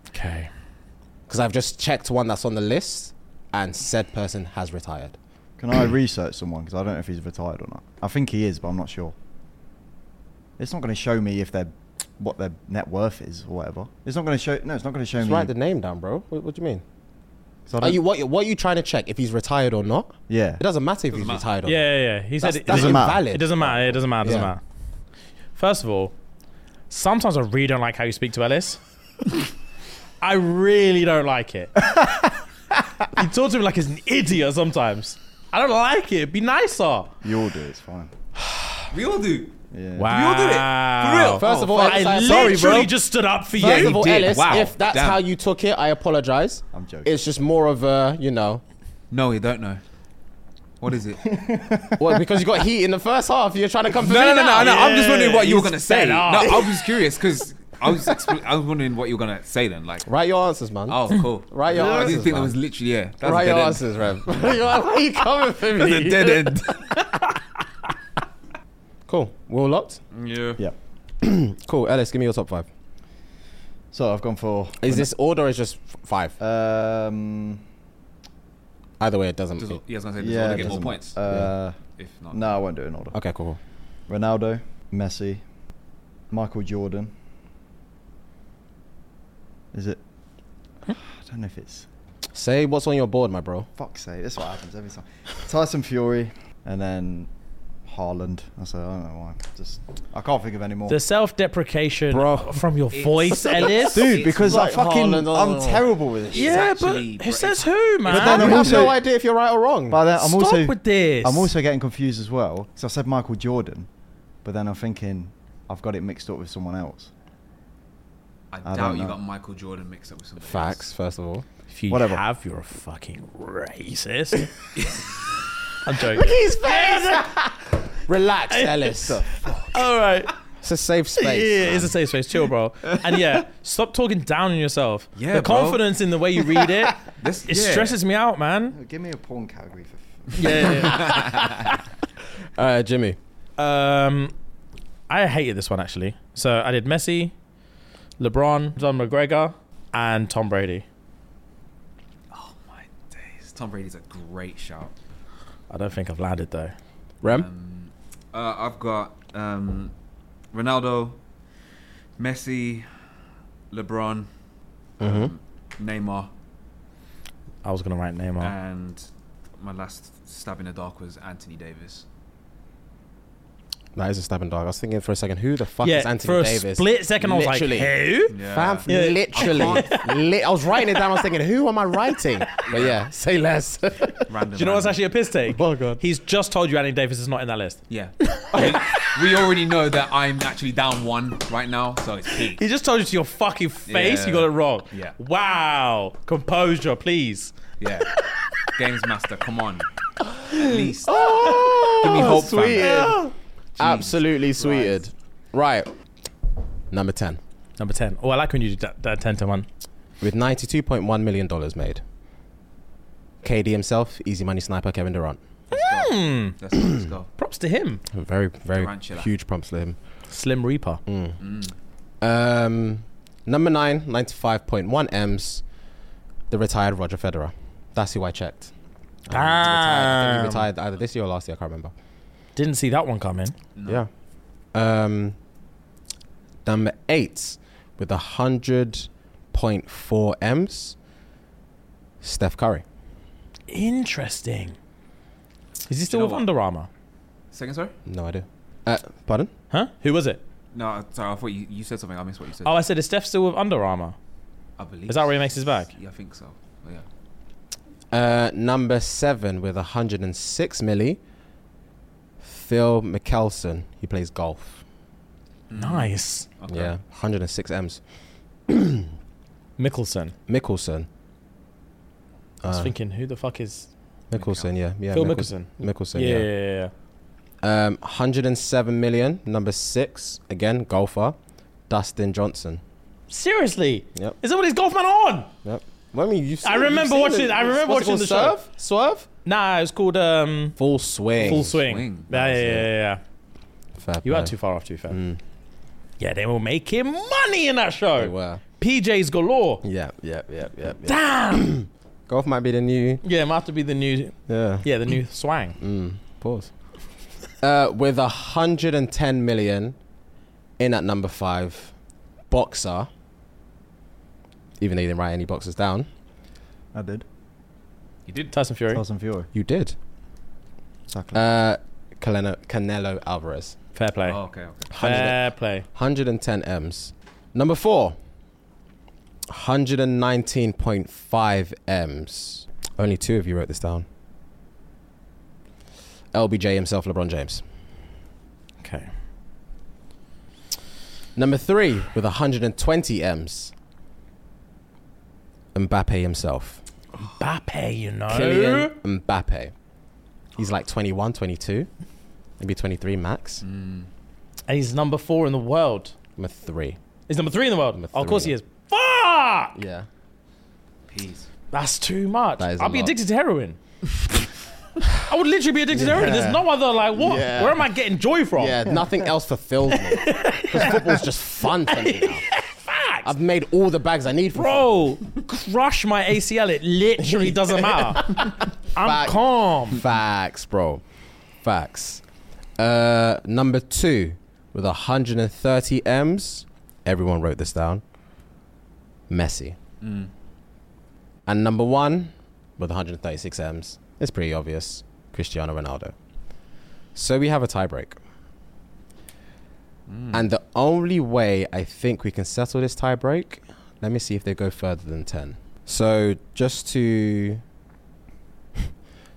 Speaker 1: Okay.
Speaker 2: Because I've just checked one that's on the list, and said person has retired.
Speaker 4: Can I research someone? Because I don't know if he's retired or not. I think he is, but I'm not sure. It's not going to show me if they're what their net worth is or whatever. It's not going to show. No, it's not going to show
Speaker 2: Just
Speaker 4: me.
Speaker 2: write the name down, bro. What, what do you mean?
Speaker 4: 'cause I
Speaker 2: Are
Speaker 4: don't-
Speaker 2: you what? you- What are you trying to check? If he's retired or not?
Speaker 4: Yeah.
Speaker 2: It doesn't matter if
Speaker 3: Doesn't
Speaker 2: he's
Speaker 3: matter.
Speaker 2: retired or
Speaker 1: Yeah, yeah, yeah. He said
Speaker 2: not. That's-
Speaker 1: it-
Speaker 2: that's
Speaker 1: it,
Speaker 4: doesn't matter.
Speaker 2: invalid.
Speaker 1: It doesn't matter. It doesn't matter. It doesn't
Speaker 2: Yeah.
Speaker 1: matter. First of all, sometimes I really don't like how you speak to Ellis. I really don't like it. you talk to him like he's an idiot sometimes. I don't like it. Be nicer.
Speaker 4: You all do. It's fine.
Speaker 3: We all do.
Speaker 4: Yeah.
Speaker 1: Wow.
Speaker 3: do it. For real.
Speaker 2: First of all,
Speaker 1: I
Speaker 2: Ellis, I'm
Speaker 1: literally
Speaker 2: sorry, bro.
Speaker 1: just stood up for
Speaker 2: First
Speaker 1: you.
Speaker 2: of all,
Speaker 3: did.
Speaker 2: Ellis,
Speaker 3: Wow.
Speaker 2: if that's
Speaker 3: Damn.
Speaker 2: how you took it, I apologize.
Speaker 4: I'm joking.
Speaker 2: It's just more of a, you know,
Speaker 3: No, you don't know. What is it?
Speaker 2: well, because you got heat in the first half, you're trying to come for
Speaker 3: No,
Speaker 2: me
Speaker 3: no, no,
Speaker 2: now.
Speaker 3: no, no. I'm just
Speaker 1: Yeah,
Speaker 3: wondering what you were
Speaker 1: he's
Speaker 3: gonna say.
Speaker 1: fed
Speaker 3: No,
Speaker 1: up.
Speaker 3: I was curious because I was expl- I was wondering what you were gonna say then. Like,
Speaker 2: Write your answers, man.
Speaker 3: oh, cool.
Speaker 2: Right, your
Speaker 3: I didn't
Speaker 2: answers, man.
Speaker 3: think that was literally yeah. That's
Speaker 2: Write
Speaker 3: a dead
Speaker 2: your
Speaker 3: end.
Speaker 2: answers, Rev. Why are you coming for
Speaker 3: That's a
Speaker 2: me?
Speaker 3: dead end.
Speaker 2: Cool. We're all locked?
Speaker 3: yeah.
Speaker 4: yeah.
Speaker 2: Cool. Ellis, give me your top five.
Speaker 4: So I've gone for.
Speaker 2: Is this order or is just f- five?
Speaker 3: Uh,
Speaker 4: Um.
Speaker 2: Either way, it doesn't.
Speaker 3: Does, yeah, I was gonna say, does
Speaker 4: Yeah.
Speaker 3: yeah,
Speaker 4: it
Speaker 3: get more
Speaker 4: doesn't-
Speaker 3: points?
Speaker 4: Uh.
Speaker 3: if not,
Speaker 4: No, I won't do it in order.
Speaker 2: okay, cool.
Speaker 4: Ronaldo, Messi, Michael Jordan. Is it? I don't know if it's.
Speaker 2: Say what's on your board, my bro.
Speaker 4: Fuck's sake, that's what happens every time. Tyson Fury, and then Haaland. I said, I don't know why. Just I can't think of any more.
Speaker 1: The self-deprecation
Speaker 2: Bro.
Speaker 1: from your voice, Ellis.
Speaker 4: Dude, because I
Speaker 2: like
Speaker 4: fucking
Speaker 2: Haaland, I don't
Speaker 4: I'm
Speaker 2: know.
Speaker 4: terrible with this. shit.
Speaker 1: yeah, but
Speaker 3: actually
Speaker 1: who
Speaker 3: British.
Speaker 1: says who, man?
Speaker 4: then
Speaker 2: you
Speaker 4: I'm
Speaker 2: have
Speaker 4: also-
Speaker 2: no idea if you're right or wrong.
Speaker 4: But then I'm
Speaker 1: Stop
Speaker 4: also
Speaker 1: with this.
Speaker 4: I'm also getting confused as well. So I said Michael Jordan, but then I'm thinking I've got it mixed up with someone else.
Speaker 3: I
Speaker 4: don't
Speaker 3: doubt you
Speaker 4: know.
Speaker 3: got Michael Jordan mixed up with somebody.
Speaker 2: Facts, first of all.
Speaker 1: If you
Speaker 4: Whatever.
Speaker 1: have, you're a fucking racist. I'm joking.
Speaker 2: His face! Relax, Ellis.
Speaker 1: All right.
Speaker 2: It's a safe
Speaker 1: Yeah,
Speaker 2: space.
Speaker 1: it's a safe space. Chill, bro. And yeah, stop talking down on yourself.
Speaker 3: Yeah,
Speaker 1: the
Speaker 3: bro.
Speaker 1: confidence in the way you read it,
Speaker 3: This,
Speaker 1: it
Speaker 3: yeah.
Speaker 1: stresses me out, man.
Speaker 4: Give me a porn category for.
Speaker 1: Yeah.
Speaker 2: All right, Jimmy.
Speaker 1: um, I hated this one actually. So I did Messi, LeBron, John McGregor, and Tom Brady.
Speaker 3: Oh my days! Tom Brady's a great shout.
Speaker 1: I don't think I've landed though.
Speaker 2: Rem?
Speaker 3: Um, uh, I've got um, Ronaldo, Messi, LeBron, um,
Speaker 1: Mm-hmm.
Speaker 3: Neymar,
Speaker 1: I was gonna write Neymar.
Speaker 3: and my last stab in the dark was Anthony Davis.
Speaker 2: That is a stabbing dog. I was thinking for a second, who the fuck
Speaker 1: yeah,
Speaker 2: is Anthony
Speaker 1: for a
Speaker 2: Davis?
Speaker 1: split second,
Speaker 2: Literally.
Speaker 1: I was like, who?
Speaker 2: Fam,
Speaker 3: Yeah.
Speaker 1: Yeah.
Speaker 2: literally. Li- I was writing it down. I was thinking, who am I writing? But yeah, say less.
Speaker 3: Random.
Speaker 1: Do you know what's
Speaker 3: random.
Speaker 1: actually a piss take?
Speaker 2: Oh, God.
Speaker 1: He's just told you Anthony Davis is not in that list.
Speaker 3: Yeah. we, we already know that I'm actually down one right now, so it's peak.
Speaker 1: He just told you to your fucking face
Speaker 3: Yeah.
Speaker 1: you got it wrong.
Speaker 3: Yeah.
Speaker 1: Wow. Composure, please.
Speaker 3: Yeah. Games Master, come on. At least.
Speaker 1: Oh.
Speaker 2: Give
Speaker 3: me hope, fam.
Speaker 2: Absolutely sweeted. Right. Number 10.
Speaker 1: Number 10. Oh, I like when you do that, that 10 to 1.
Speaker 2: With $92.1 million made. KD himself, easy money sniper Kevin Durant.
Speaker 3: go. Let's, let's go.
Speaker 1: Props to him.
Speaker 2: Very, very
Speaker 3: Tarantula.
Speaker 2: huge prompts to him.
Speaker 1: Slim Reaper.
Speaker 2: Um, number nine, 95.1 M's, the retired Roger Federer. That's who I checked. Um, he's retired- I think he
Speaker 1: Damn.
Speaker 2: retired either this year or last year. I can't remember.
Speaker 1: Ah. Didn't see that one coming.
Speaker 2: Yeah. Um, number eight with a hundred point four M's. Steph Curry.
Speaker 1: Interesting. Is he still
Speaker 3: know
Speaker 1: with
Speaker 3: what?
Speaker 1: Under Armour?
Speaker 3: Second, sorry?
Speaker 2: No idea. Uh, pardon?
Speaker 1: Huh? Who was it?
Speaker 3: No, uh, sorry, I thought you, you said something. I missed what you said.
Speaker 1: Oh, I said, is Steph still with Under Armour?
Speaker 3: I believe.
Speaker 1: Is that where he makes his bag?
Speaker 3: Yeah, I think so. But yeah.
Speaker 2: Uh, number seven with a hundred and six milli. Phil Mickelson. He plays golf.
Speaker 1: Nice.
Speaker 3: Okay.
Speaker 2: Yeah, hundred and six M's.
Speaker 1: Mickelson.
Speaker 2: Mickelson.
Speaker 1: I was
Speaker 2: Uh,
Speaker 1: thinking, who the fuck is
Speaker 2: Mickelson, yeah, yeah.
Speaker 1: Phil
Speaker 2: Mickelson.
Speaker 1: Mickelson?
Speaker 2: Mickelson,
Speaker 1: yeah,
Speaker 2: yeah.
Speaker 1: yeah, yeah, yeah.
Speaker 2: Um, 107 million, number six, again, golfer, Dustin Johnson.
Speaker 1: Seriously?
Speaker 2: Yep.
Speaker 1: Is that what his golf man on?
Speaker 2: Yep. Well, I mean, you've
Speaker 1: I remember
Speaker 2: you've
Speaker 1: watching-
Speaker 2: it.
Speaker 1: I remember
Speaker 2: What's it
Speaker 1: watching
Speaker 2: called?
Speaker 1: the show.
Speaker 2: Swerve? Swerve?
Speaker 1: Nah, it was called um,
Speaker 2: Full swing.
Speaker 1: Full Swing.
Speaker 3: Swing.
Speaker 1: Yeah, yeah,
Speaker 3: That's
Speaker 1: yeah,
Speaker 3: it.
Speaker 1: yeah, yeah.
Speaker 2: Fair
Speaker 1: You
Speaker 2: play.
Speaker 1: are too far off, too far.
Speaker 2: Mm,
Speaker 1: Yeah, they were making money in that
Speaker 2: they
Speaker 1: show.
Speaker 2: were.
Speaker 1: PJ's galore.
Speaker 2: Yeah, yeah, yeah, yeah. yeah.
Speaker 1: Damn.
Speaker 2: Golf might be the new.
Speaker 1: yeah, might have to be the new.
Speaker 2: Yeah.
Speaker 1: Yeah, the new swang.
Speaker 2: Mm, pause. uh, with 110 million in at number five, boxer. Even though you didn't write any boxes down,
Speaker 4: I did.
Speaker 3: You did.
Speaker 1: Tyson Fury.
Speaker 4: Tyson Fury.
Speaker 2: you did.
Speaker 4: Exactly.
Speaker 2: Uh, Canelo, Canelo Alvarez.
Speaker 1: Fair play.
Speaker 3: Oh, okay, okay.
Speaker 2: 100
Speaker 1: Fair play.
Speaker 2: 110 M's. Number four, 119.5 M's. Only two of you wrote this down. LBJ himself, LeBron James.
Speaker 1: Okay.
Speaker 2: Number three, with 120 M's, Mbappe himself.
Speaker 1: Mbappe, you know.
Speaker 2: Kylian Mbappe. He's like 21, 22, maybe 23 max.
Speaker 3: Mm.
Speaker 1: And he's number four in the world.
Speaker 2: Number three.
Speaker 1: He's number three in the world.
Speaker 2: Number
Speaker 1: Oh, of course
Speaker 2: three.
Speaker 1: he is. Fuck!
Speaker 2: Yeah.
Speaker 3: Peace.
Speaker 1: That's too much.
Speaker 2: That is a
Speaker 1: I'll be
Speaker 2: lot.
Speaker 1: addicted to heroin. I would literally be addicted to heroin. There's no other, like, what?
Speaker 2: Yeah.
Speaker 1: Where am I getting joy from?
Speaker 2: Yeah, nothing else fulfills me. Because football's just fun to me now.
Speaker 1: Facts.
Speaker 2: I've made all the bags I need for football.
Speaker 1: Bro, crush my ACL. It literally doesn't matter. I'm
Speaker 2: Fact.
Speaker 1: calm.
Speaker 2: Facts, bro. Facts. Uh, number two, with 130 M's, everyone wrote this down. Messi. And number one, with 136 M's, it's pretty obvious. Cristiano Ronaldo. So we have a tiebreak. And the only way I think we can settle this tiebreak, let me see if they go further than 10. So just to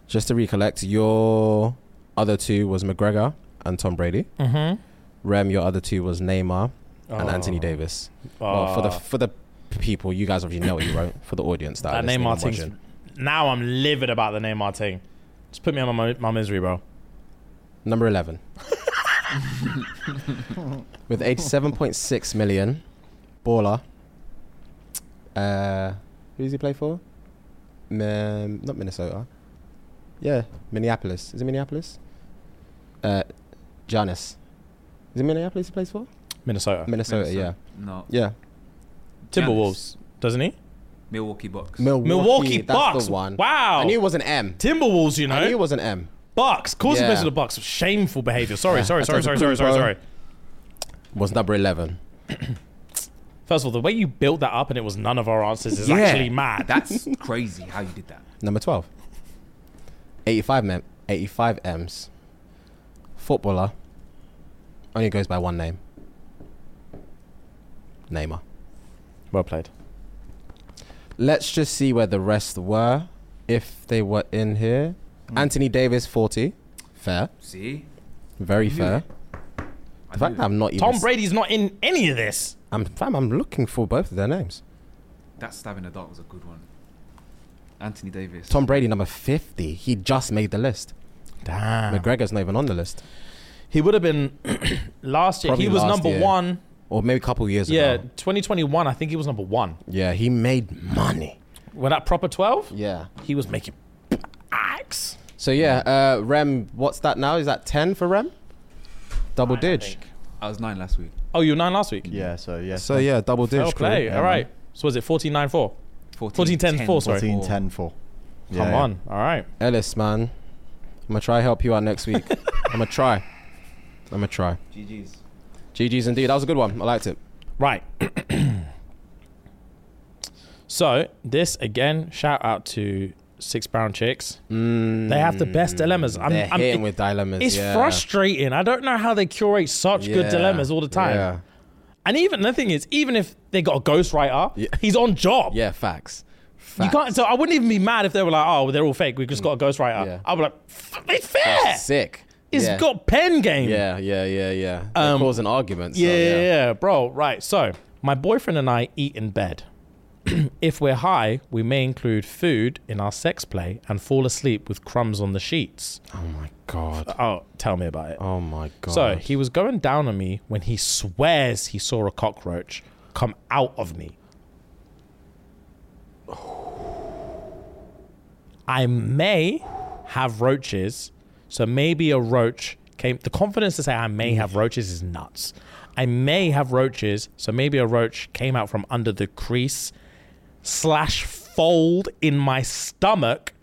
Speaker 2: just to recollect, your other two was McGregor and Tom Brady.
Speaker 1: Mm-hmm.
Speaker 2: Rem, your other two was Neymar and
Speaker 1: Oh.
Speaker 2: Anthony Davis. Well, for the
Speaker 1: Ah.
Speaker 2: for the people, you guys already know what you wrote. For the audience that,
Speaker 1: that
Speaker 2: are listening
Speaker 1: Neymar
Speaker 2: and
Speaker 1: thing.
Speaker 2: watching,
Speaker 1: Now I'm livid about the Neymar thing. Just put me on my, my misery, bro.
Speaker 2: number eleven, with eighty-seven point six million, baller. Uh, who does he play for? Um, not Minnesota. Yeah, Minneapolis. Is it Minneapolis? Uh, Giannis. Is it Minneapolis he plays for?
Speaker 1: Minnesota.
Speaker 2: Minnesota, Uh, yeah.
Speaker 3: Minnesota. No.
Speaker 2: Yeah.
Speaker 1: Timberwolves, doesn't he?
Speaker 3: Milwaukee Bucks.
Speaker 2: Milwaukee,
Speaker 1: Milwaukee
Speaker 2: that's
Speaker 1: Bucks.
Speaker 2: the one.
Speaker 1: Wow.
Speaker 2: I knew it was an M.
Speaker 1: Timberwolves, you know.
Speaker 2: I knew it was an M.
Speaker 1: Bucks. Of course he
Speaker 2: Yeah.
Speaker 1: plays for the Bucks. Shameful behavior. Sorry, sorry,
Speaker 2: That's
Speaker 1: sorry,
Speaker 2: a
Speaker 1: sorry, sorry,
Speaker 2: proof,
Speaker 1: sorry,
Speaker 2: bro.
Speaker 1: sorry.
Speaker 2: Was number 11.
Speaker 1: First of all, the way you built that up and it was none of our answers is
Speaker 3: Yeah.
Speaker 1: actually mad.
Speaker 3: Ah, That's crazy how you did that.
Speaker 2: Number 12. 85, mem- 85 M's. Footballer. Only goes by one name. Neymar.
Speaker 1: well played.
Speaker 2: Let's just see where the rest were, if they were in here.
Speaker 1: Hmm.
Speaker 2: Anthony Davis, 40. Fair.
Speaker 3: See?
Speaker 2: Very
Speaker 3: knew
Speaker 2: fair.
Speaker 3: it.
Speaker 2: The fact
Speaker 3: knew
Speaker 2: I'm not even...
Speaker 1: Tom Brady's not in any of this.
Speaker 2: I'm, fam, I'm looking for both of their names.
Speaker 3: That stab in the dark was a good one. Anthony Davis.
Speaker 2: Tom Brady, number 50. He just made the list.
Speaker 1: Damn.
Speaker 2: McGregor's not even on the list.
Speaker 1: He would have been last year.
Speaker 2: Probably
Speaker 1: he was
Speaker 2: last
Speaker 1: number
Speaker 2: year.
Speaker 1: one.
Speaker 2: Or maybe a couple years
Speaker 1: Yeah,
Speaker 2: ago.
Speaker 1: 2021. I think he was number one.
Speaker 2: Yeah, he made money.
Speaker 1: When that proper 12,
Speaker 2: Yeah.
Speaker 1: he was making packs.
Speaker 2: So yeah, uh, Rem, what's that now? Is that ten for Rem? Double dig.
Speaker 3: I was nine last week.
Speaker 1: Oh, you were nine last week.
Speaker 4: Yeah, so yeah.
Speaker 5: So yeah, double
Speaker 1: Fair
Speaker 5: dig. crew.
Speaker 1: play.
Speaker 4: yeah,
Speaker 1: All right. So was it 14 4?
Speaker 3: 14,
Speaker 1: 14, 10, 4, sorry.
Speaker 4: 14 10 4.
Speaker 1: Come on. All right.
Speaker 2: Ellis, man, I'm gonna try help you out next week. I'm gonna try. I'm gonna try.
Speaker 3: GG's.
Speaker 2: GG's indeed. That was a good one. I liked it.
Speaker 1: Right. so this again, shout out to Six Brown Chicks. They have the best dilemmas. I'm,
Speaker 2: Mm. They're
Speaker 1: I'm,
Speaker 2: hitting
Speaker 1: it-
Speaker 2: with dilemmas.
Speaker 1: it's
Speaker 2: yeah.
Speaker 1: frustrating. I don't know how they curate such
Speaker 2: Yeah.
Speaker 1: good dilemmas all the time.
Speaker 2: Yeah.
Speaker 1: And even the thing is, even if they got a ghostwriter,
Speaker 2: Yeah.
Speaker 1: he's on job.
Speaker 2: Yeah, facts.
Speaker 1: You can't. So I wouldn't even be mad if they were like, "Oh, they're all fake. We just got a ghostwriter."
Speaker 2: Yeah.
Speaker 1: I'd be like, "F- "It's fair.
Speaker 2: Sick.
Speaker 1: It's
Speaker 2: yeah.
Speaker 1: got pen game."
Speaker 2: Yeah, yeah, yeah, yeah. They're
Speaker 1: Um,
Speaker 2: causing arguments. so
Speaker 1: Yeah, yeah, yeah, bro. Right. So my boyfriend and I eat in bed. if we're high, we may include food in our sex play and fall asleep with crumbs on the sheets.
Speaker 2: Oh my god.
Speaker 1: Oh, tell me about it.
Speaker 2: Oh my god.
Speaker 1: So he was going down on me when he swears he saw a cockroach come out of me. I may have roaches, so maybe a roach came. The confidence to say I may have roaches is nuts. I may have roaches, so maybe a roach came out from under the crease slash fold in my stomach.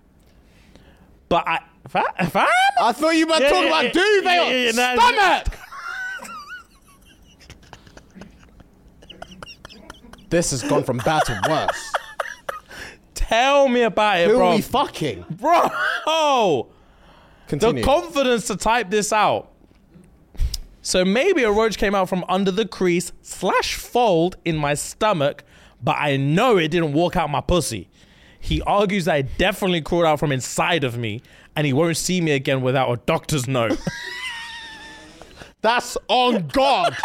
Speaker 1: But I, if I, if I'm
Speaker 2: I thought you were
Speaker 1: yeah,
Speaker 2: talking
Speaker 1: yeah,
Speaker 2: about
Speaker 1: yeah,
Speaker 2: duvet
Speaker 1: yeah,
Speaker 2: on
Speaker 1: yeah, yeah, no,
Speaker 2: stomach. this has gone from bad to worse.
Speaker 1: Tell me about it,
Speaker 2: Who
Speaker 1: bro.
Speaker 2: are we fucking?
Speaker 1: bro, the
Speaker 2: Continue.
Speaker 1: confidence to type this out. So maybe a roach came out from under the crease slash fold in my stomach, but I know it didn't walk out my pussy. He argues that it definitely crawled out from inside of me, and he won't see me again without a doctor's note.
Speaker 2: That's on God.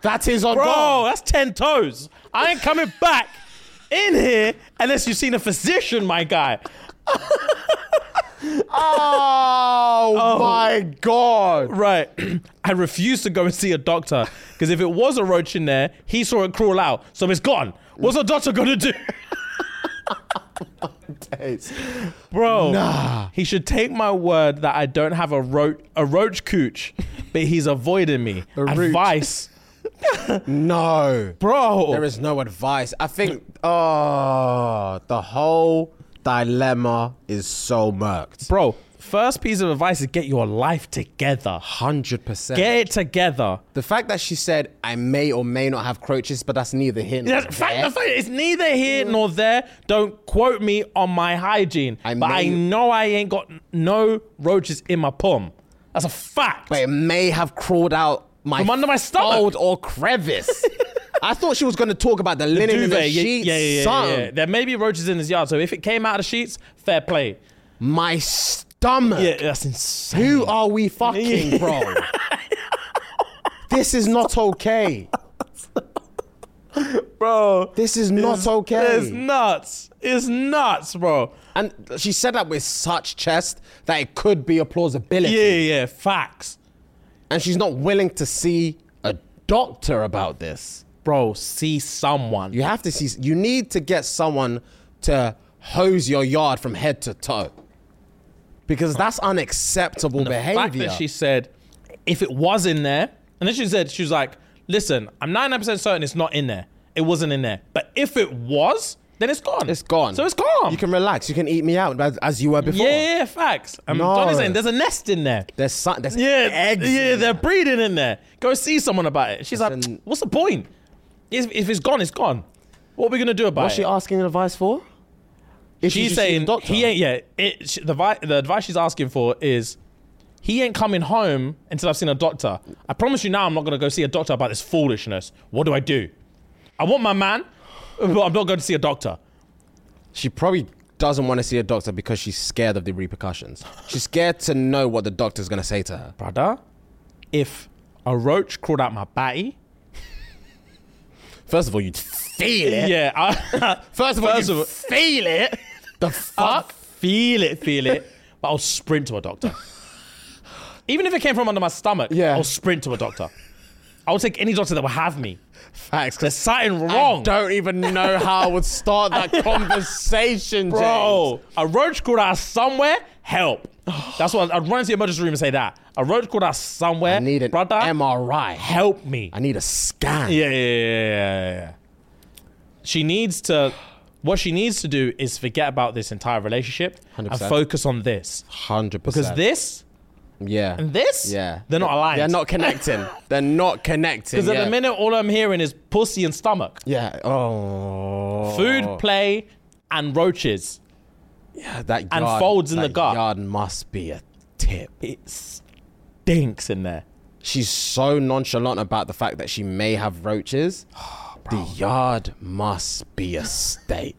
Speaker 2: that is on
Speaker 1: Bro,
Speaker 2: God.
Speaker 1: that's 10 toes. I ain't coming back in here unless you've seen a physician, my guy.
Speaker 2: Oh, my God.
Speaker 1: Right. I refuse to go and see a doctor because if it was a roach in there, he saw it crawl out, so it's gone. What's a doctor gonna do? Bro, nah. he should take my word that I don't have a roach a roach cooch, but he's avoiding me. Advice,
Speaker 2: No.
Speaker 1: bro.
Speaker 2: There is no advice. I think, oh, the whole dilemma is so murked.
Speaker 1: bro, first piece of advice is get your life together.
Speaker 2: 100%.
Speaker 1: Get it together.
Speaker 2: The fact that she said I may or may not have croaches, but that's neither here nor
Speaker 1: Yeah,
Speaker 2: there.
Speaker 1: fact, that's it. It's neither here nor there. Don't quote me on my hygiene.
Speaker 2: I
Speaker 1: but I
Speaker 2: may-
Speaker 1: know I ain't got no roaches in my pum. That's a fact.
Speaker 2: But it may have crawled out my
Speaker 1: From under my stomach.
Speaker 2: fold or crevice. I thought she was going to talk about the linen and the
Speaker 1: Duvet, yeah,
Speaker 2: sheets.
Speaker 1: yeah, yeah, yeah, yeah.
Speaker 2: something.
Speaker 1: There may be roaches in his yard, so if it came out of the sheets, fair play.
Speaker 2: My stomach.
Speaker 1: Yeah, that's insane.
Speaker 2: Who are we fucking, bro? this is not okay.
Speaker 1: Bro,
Speaker 2: This is not
Speaker 1: it's
Speaker 2: okay.
Speaker 1: nuts. It's nuts, bro.
Speaker 2: and she said that with such chest that it could be a plausibility.
Speaker 1: Yeah, yeah, yeah, facts.
Speaker 2: And she's not willing to see a doctor about this.
Speaker 1: Bro, see someone.
Speaker 2: You have to see. You need to get someone to hose your yard from head to toe, because that's unacceptable
Speaker 1: fact
Speaker 2: behavior.
Speaker 1: that she said if it was in there, and then she said she was like, "Listen, I'm 99% certain it's not in there. It wasn't in there. But if it was, then it's gone.
Speaker 2: it's gone.
Speaker 1: So it's gone.
Speaker 2: You can relax. You can eat me out as, as you were before.
Speaker 1: yeah, yeah, yeah, facts. I'm
Speaker 2: No.
Speaker 1: Johnny's saying there's a nest in there.
Speaker 2: There's some. There's
Speaker 1: Yeah,
Speaker 2: eggs.
Speaker 1: yeah, they're breeding in there. Go see someone about it. She's like,
Speaker 2: Listen-
Speaker 1: "What's the point? If, if it's gone, it's gone. What are we gonna do about
Speaker 2: What's
Speaker 1: it?"
Speaker 2: she asking advice for? If you
Speaker 1: she's
Speaker 2: should see a
Speaker 1: saying
Speaker 2: doctor.
Speaker 1: he ain't yeah it, sh the, vi- the advice she's asking for is he ain't coming home until i've seen a doctor i promise you now i'm not going to go see a doctor about this foolishness what do i do i want my man but i'm not going to see a doctor
Speaker 2: She probably doesn't want to see a doctor because she's scared of the repercussions. She's scared to know what the doctor's gonna say to her.
Speaker 1: brother if a roach crawled out my body
Speaker 2: First of all, you'd feel it.
Speaker 1: yeah I,
Speaker 2: First of all,
Speaker 1: First
Speaker 2: you
Speaker 1: of all- uh,
Speaker 2: would feel it. The
Speaker 1: I
Speaker 2: fuck.
Speaker 1: feel it feel it but i'll sprint to a doctor even if it came from under my stomach
Speaker 2: Yeah.
Speaker 1: i'll sprint to a doctor i'll take any doctor that will have me
Speaker 2: Facts. 'cause
Speaker 1: there's something wrong
Speaker 2: I don't even know how I would start that conversation,
Speaker 1: Bro, a roach crawled out of somewhere, help. That's what I'd run into the emergency room and say that. A road called out somewhere.
Speaker 2: I need an
Speaker 1: brother.
Speaker 2: MRI.
Speaker 1: help me.
Speaker 2: I need a scan.
Speaker 1: Yeah, yeah, yeah, yeah, yeah, yeah. She needs to. What she needs to do is forget about this entire relationship and
Speaker 2: 100%.
Speaker 1: focus on this
Speaker 2: hundred
Speaker 1: because
Speaker 2: percent.
Speaker 1: this
Speaker 2: yeah,
Speaker 1: and this,
Speaker 2: yeah,
Speaker 1: they're not aligned.
Speaker 2: They're not connecting. they're not connecting.
Speaker 1: Because
Speaker 2: yeah.
Speaker 1: at the minute, all I'm hearing is pussy and stomach,
Speaker 2: yeah. Oh,
Speaker 1: food, play, and roaches.
Speaker 2: Yeah, that
Speaker 1: and
Speaker 2: yard-
Speaker 1: folds in
Speaker 2: that
Speaker 1: the gut.
Speaker 2: Yard must be a tip.
Speaker 1: It stinks in there.
Speaker 2: She's so nonchalant about the fact that she may have roaches. the yard must be a state.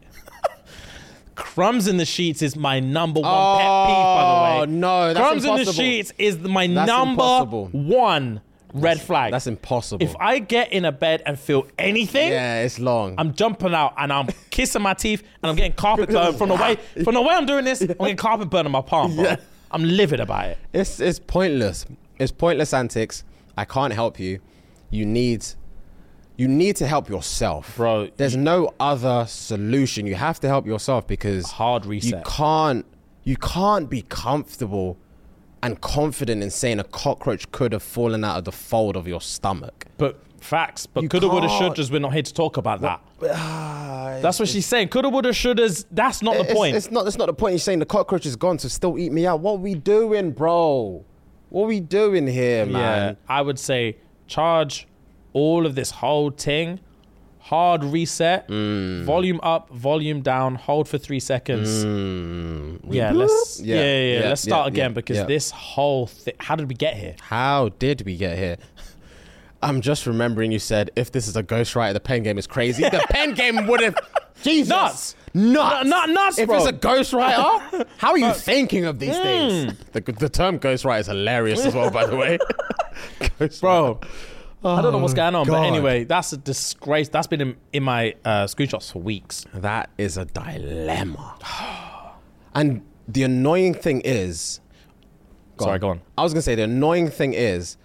Speaker 1: Crumbs in the sheets is my number one pet
Speaker 2: Oh,
Speaker 1: peeve, by the way.
Speaker 2: no, that's
Speaker 1: Crumbs in the
Speaker 2: impossible.
Speaker 1: sheets is my
Speaker 2: That's
Speaker 1: number
Speaker 2: impossible.
Speaker 1: one red flag.
Speaker 2: That's impossible.
Speaker 1: If I get in a bed and feel anything,
Speaker 2: yeah, it's long.
Speaker 1: I'm jumping out and I'm kissing my teeth and I'm getting carpet burn from the way from the way I'm doing this. I'm getting carpet burn on my palm, bro.
Speaker 2: Yeah.
Speaker 1: I'm livid about it.
Speaker 2: It's it's pointless. It's pointless antics. I can't help you. You need you need to help yourself.
Speaker 1: Bro,
Speaker 2: There's no other solution. You have to help yourself because
Speaker 1: Hard
Speaker 2: you
Speaker 1: reset.
Speaker 2: can't you can't be comfortable and confident in saying a cockroach could have fallen out of the fold of your stomach.
Speaker 1: But facts. But
Speaker 2: You
Speaker 1: coulda, woulda,
Speaker 2: can't.
Speaker 1: shouldas. We're not here to talk about that. That's what she's saying. Coulda, woulda, shouldas. That's not the
Speaker 2: It's-
Speaker 1: point.
Speaker 2: It's, not. It's not the point. You're saying the cockroach is gone, so still eat me out. What we doing, bro? What we doing here, man?
Speaker 1: I would say charge all of this whole thing, hard reset, volume up, volume down, hold for three seconds. Yeah, let's yeah,
Speaker 2: Yeah,
Speaker 1: yeah, yeah,
Speaker 2: yeah,
Speaker 1: let's start
Speaker 2: yeah,
Speaker 1: again
Speaker 2: yeah,
Speaker 1: because
Speaker 2: yeah.
Speaker 1: this whole thing. How did we get here?
Speaker 2: How did we get here? I'm just remembering you said if this is a ghostwriter, the pen game is crazy. The pen game would have Jesus
Speaker 1: Nuts.
Speaker 2: nuts,
Speaker 1: Nu- nut- nuts,
Speaker 2: If
Speaker 1: bro.
Speaker 2: it's a ghostwriter, how are you thinking of these
Speaker 1: Hmm.
Speaker 2: things? The, the term ghostwriter is hilarious as well, by the way.
Speaker 1: Bro, I don't know what's going on, but
Speaker 2: Oh, God.
Speaker 1: anyway, that's a disgrace. That's been in, in my uh, screenshots for weeks.
Speaker 2: That is a dilemma. And the annoying thing is,
Speaker 1: Sorry, go on.
Speaker 2: I was gonna say the annoying thing is,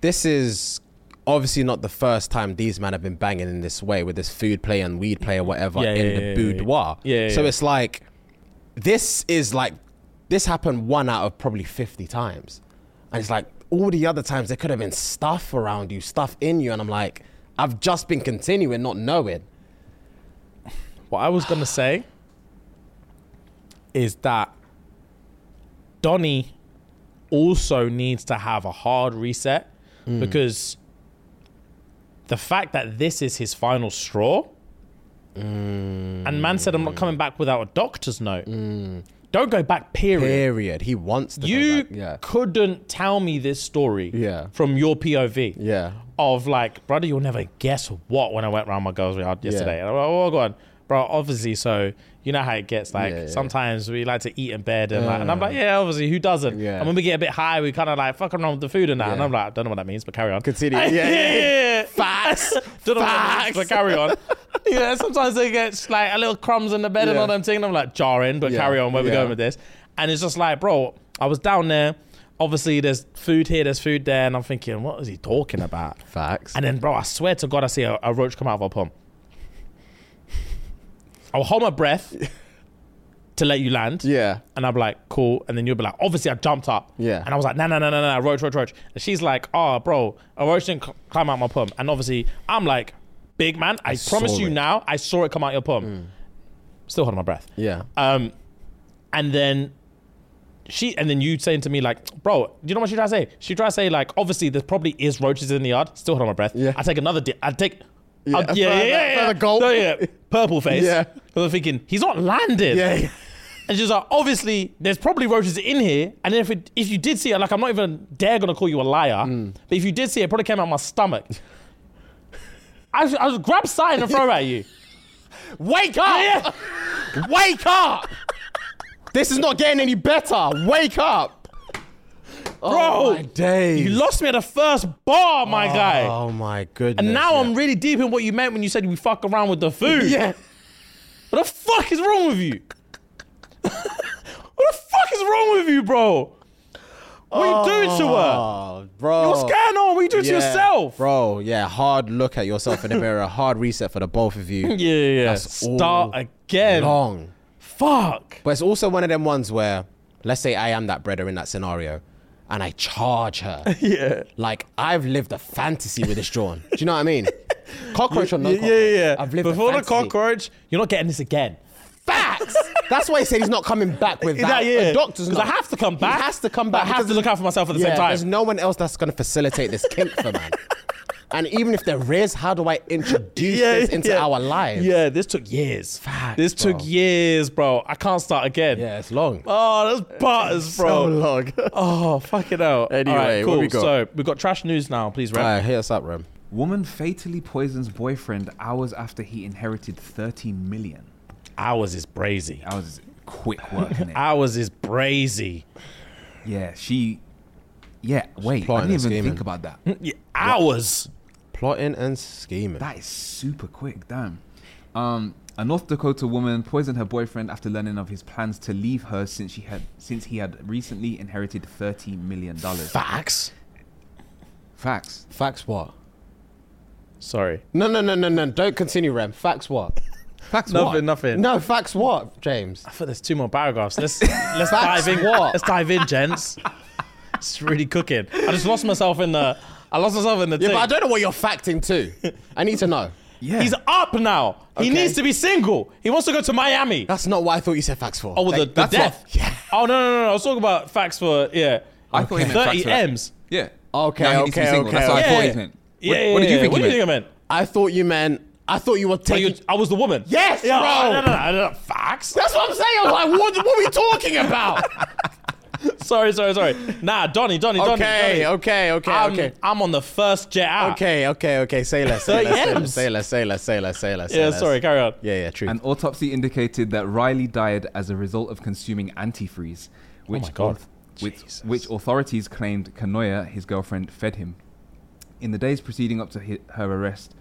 Speaker 2: this is obviously not the first time these men have been banging in this way with this food play and weed play or whatever
Speaker 1: Yeah,
Speaker 2: in
Speaker 1: yeah, yeah,
Speaker 2: the
Speaker 1: yeah, yeah.
Speaker 2: boudoir.
Speaker 1: Yeah, yeah,
Speaker 2: so
Speaker 1: yeah.
Speaker 2: it's like, this is like, this happened one out of probably fifty times, and it's like all the other times there could have been stuff around you, stuff in you, and I'm like, I've just been continuing not knowing.
Speaker 1: What I was gonna say is that Donnie also needs to have a hard reset
Speaker 2: Hmm.
Speaker 1: because the fact that this is his final straw
Speaker 2: Hmm.
Speaker 1: and man said I'm not coming back without a doctor's note. Don't go back, period.
Speaker 2: Period. He wants to. go
Speaker 1: You
Speaker 2: back. yeah.
Speaker 1: couldn't tell me this story
Speaker 2: Yeah.
Speaker 1: from your POV
Speaker 2: Yeah.
Speaker 1: of like, brother, you'll never guess what when I went round my girls' yard yesterday. And I'm like, oh, go on. Bro, obviously, so you know how it gets. Like
Speaker 2: Yeah, yeah,
Speaker 1: sometimes we like to eat in bed, and, like, and I'm like, yeah, obviously, who doesn't?
Speaker 2: Yeah.
Speaker 1: And when we get a bit high, we kind of like fuck around with the food and that. And
Speaker 2: Yeah.
Speaker 1: I'm like, I don't know what that means, but carry on.
Speaker 2: Continue.
Speaker 1: yeah,
Speaker 2: Yeah, yeah,
Speaker 1: yeah, yeah.
Speaker 2: Facts.
Speaker 1: don't know what that means, but
Speaker 2: Facts.
Speaker 1: carry on. yeah, sometimes they get like a little crumbs in the bed and
Speaker 2: Yeah.
Speaker 1: all them things. And I'm like, jarring, but
Speaker 2: Yeah.
Speaker 1: carry on. Where we
Speaker 2: Yeah.
Speaker 1: going with this? And it's just like, bro, I was down there. Obviously, there's food here, there's food there, and I'm thinking, what is he talking about?
Speaker 2: Facts.
Speaker 1: And then, bro, I swear to God, I see a, a roach come out of our pump. I'll hold my breath to let you land.
Speaker 2: yeah.
Speaker 1: And I'll be like, cool. And then you'll be like, obviously, I jumped up.
Speaker 2: Yeah.
Speaker 1: And I was like, no, no, no, no, no, roach, roach, roach. And she's like, oh, bro, a roach didn't c- climb out my pump. And obviously, I'm like, big man, I, promise
Speaker 2: saw
Speaker 1: you
Speaker 2: it. Mm.
Speaker 1: now, I saw it come out your pump. Still holding my breath.
Speaker 2: Yeah.
Speaker 1: Um, and then she, and then you saying to me like, bro, do you know what she tried to say? She tried to say like, obviously there probably is roaches in the yard. Still hold on my breath.
Speaker 2: Yeah.
Speaker 1: I take another. Di- I take. Yeah, yeah,
Speaker 2: further-
Speaker 1: yeah, yeah, yeah.
Speaker 2: further gulp.
Speaker 1: No, yeah. Purple face.
Speaker 2: Yeah.
Speaker 1: Because I'm thinking he's not landed.
Speaker 2: Yeah.
Speaker 1: And she's like, obviously, there's probably roaches in here. And if it, if you did see it, like, I'm not even dare gonna call you a liar.
Speaker 2: Mm.
Speaker 1: But if you did see it, it probably came out of my stomach. I was, I was grab sign and throw it at you.
Speaker 2: Wake up! Wake up! This is not getting any better. Wake up!
Speaker 1: Bro,
Speaker 2: Oh my days.
Speaker 1: you lost me at the first bar, my guy.
Speaker 2: Oh my goodness.
Speaker 1: And now
Speaker 2: yeah.
Speaker 1: I'm really deep in what you meant when you said we fuck around with the food.
Speaker 2: Yeah.
Speaker 1: What the fuck is wrong with you? what the fuck is wrong with you, bro? What are you doing to her?
Speaker 2: Oh, bro.
Speaker 1: What's going on? What are you doing
Speaker 2: Yeah.
Speaker 1: to yourself?
Speaker 2: Bro, yeah. Hard look at yourself in the mirror. Hard reset for the both of you.
Speaker 1: Yeah, yeah, yeah.
Speaker 2: That's all
Speaker 1: Start again.
Speaker 2: Long.
Speaker 1: Fuck.
Speaker 2: But it's also one of them ones where Let's say I am that breader in that scenario, and I charge her.
Speaker 1: Yeah.
Speaker 2: Like I've lived a fantasy with this drawn. Do you know what I mean? Cockroach or no?
Speaker 1: yeah,
Speaker 2: cockroach,
Speaker 1: yeah, yeah.
Speaker 2: I've lived
Speaker 1: Before
Speaker 2: a
Speaker 1: the
Speaker 2: fantasy.
Speaker 1: cockroach, you're not getting this again.
Speaker 2: Facts. That's why he said he's not coming back with that.
Speaker 1: That, yeah.
Speaker 2: A doctor's
Speaker 1: 'Cause
Speaker 2: not.
Speaker 1: I have to come back.
Speaker 2: He has to come
Speaker 1: But
Speaker 2: back.
Speaker 1: I have
Speaker 2: because
Speaker 1: to look out for myself at the same time.
Speaker 2: There's no one else that's going to facilitate this kink for man. And even if there is, how do I introduce this into
Speaker 1: yeah.
Speaker 2: our lives?
Speaker 1: Yeah, this took years.
Speaker 2: Facts,
Speaker 1: this took
Speaker 2: bro.
Speaker 1: years, bro. I can't start again.
Speaker 2: Yeah, it's long.
Speaker 1: Oh, that's butters, bro.
Speaker 2: long.
Speaker 1: Oh, fuck it out.
Speaker 2: Anyway,
Speaker 1: All right,
Speaker 2: what
Speaker 1: cool.
Speaker 2: we got?
Speaker 1: So we've got trash news now. Please,
Speaker 2: All
Speaker 1: Ren.
Speaker 2: right, hit us up, Rem.
Speaker 3: Woman fatally poisons boyfriend hours after he inherited 13 million.
Speaker 1: Ours is brazy.
Speaker 3: That was quick work, innit?
Speaker 2: Ah.
Speaker 1: Ours is brazy.
Speaker 3: Yeah, she. Yeah, wait. I
Speaker 2: plotting
Speaker 3: didn't
Speaker 2: and
Speaker 3: even
Speaker 2: scheming.
Speaker 3: think about that.
Speaker 1: Yeah, ours.
Speaker 2: Plotting and scheming.
Speaker 3: That is super quick, damn. Um, a North Dakota woman poisoned her boyfriend after learning of his plans to leave her since she had since he had recently inherited thirty million dollars.
Speaker 1: Facts.
Speaker 3: Facts.
Speaker 2: Facts what?
Speaker 1: Sorry.
Speaker 2: No, no, no, no, no. Don't continue, Rem. Facts what? Facts
Speaker 1: Nothing,
Speaker 2: what?
Speaker 1: nothing.
Speaker 2: No, facts what, James?
Speaker 1: I thought there's two more paragraphs. Let's let's
Speaker 2: Facts
Speaker 1: dive in.
Speaker 2: what?
Speaker 1: Let's dive in, gents. It's really cooking. I just lost myself in the. I lost myself in the.
Speaker 2: Yeah,
Speaker 1: thing.
Speaker 2: but I don't know what you're facting to. I need to know.
Speaker 3: Yeah.
Speaker 1: He's up now. He
Speaker 2: Okay.
Speaker 1: needs to be single. He wants to go to Miami.
Speaker 2: That's not what I thought you said facts for.
Speaker 1: oh, well, the,
Speaker 2: Like,
Speaker 1: the
Speaker 2: that's
Speaker 1: death.
Speaker 2: what- yeah.
Speaker 1: Oh no, no, no, no. I was talking about facts for yeah.
Speaker 3: I thought he meant facts
Speaker 1: thirty
Speaker 3: for that.
Speaker 1: m's.
Speaker 3: yeah.
Speaker 2: Okay,
Speaker 3: No, he needs to be
Speaker 2: okay,
Speaker 3: single. That's
Speaker 2: okay,
Speaker 3: what I
Speaker 1: yeah.
Speaker 3: thought he meant.
Speaker 1: Yeah,
Speaker 3: what,
Speaker 1: yeah,
Speaker 3: what did you
Speaker 1: yeah.
Speaker 3: think
Speaker 1: What
Speaker 3: he
Speaker 1: do you think I
Speaker 3: meant?
Speaker 1: meant?
Speaker 2: I thought you meant. I thought you were
Speaker 1: Like,
Speaker 2: taking.
Speaker 1: you- I was the woman.
Speaker 2: Yes,
Speaker 1: yeah,
Speaker 2: bro.
Speaker 1: No, no, no, no, no, Facts.
Speaker 2: That's what I'm saying. I was like, what, what are we talking about?
Speaker 1: sorry, sorry, sorry. Nah, Donny, Donny, Donny.
Speaker 2: okay,
Speaker 1: Donny.
Speaker 2: okay, okay,
Speaker 1: I'm,
Speaker 2: okay.
Speaker 1: I'm on the first jet out.
Speaker 2: Okay, okay, okay. Say less.
Speaker 1: Thirty
Speaker 2: Say less. Say
Speaker 1: M's.
Speaker 2: less. Say less. Say less. Say less. Say less. say
Speaker 1: Yeah,
Speaker 2: less.
Speaker 1: sorry, carry on.
Speaker 2: Yeah, yeah. True.
Speaker 3: An autopsy indicated that Riley died as a result of consuming antifreeze, which,
Speaker 1: Oh my God.
Speaker 3: which, which authorities claimed Kanoya, his girlfriend, fed him. In the days preceding up to hi her arrest,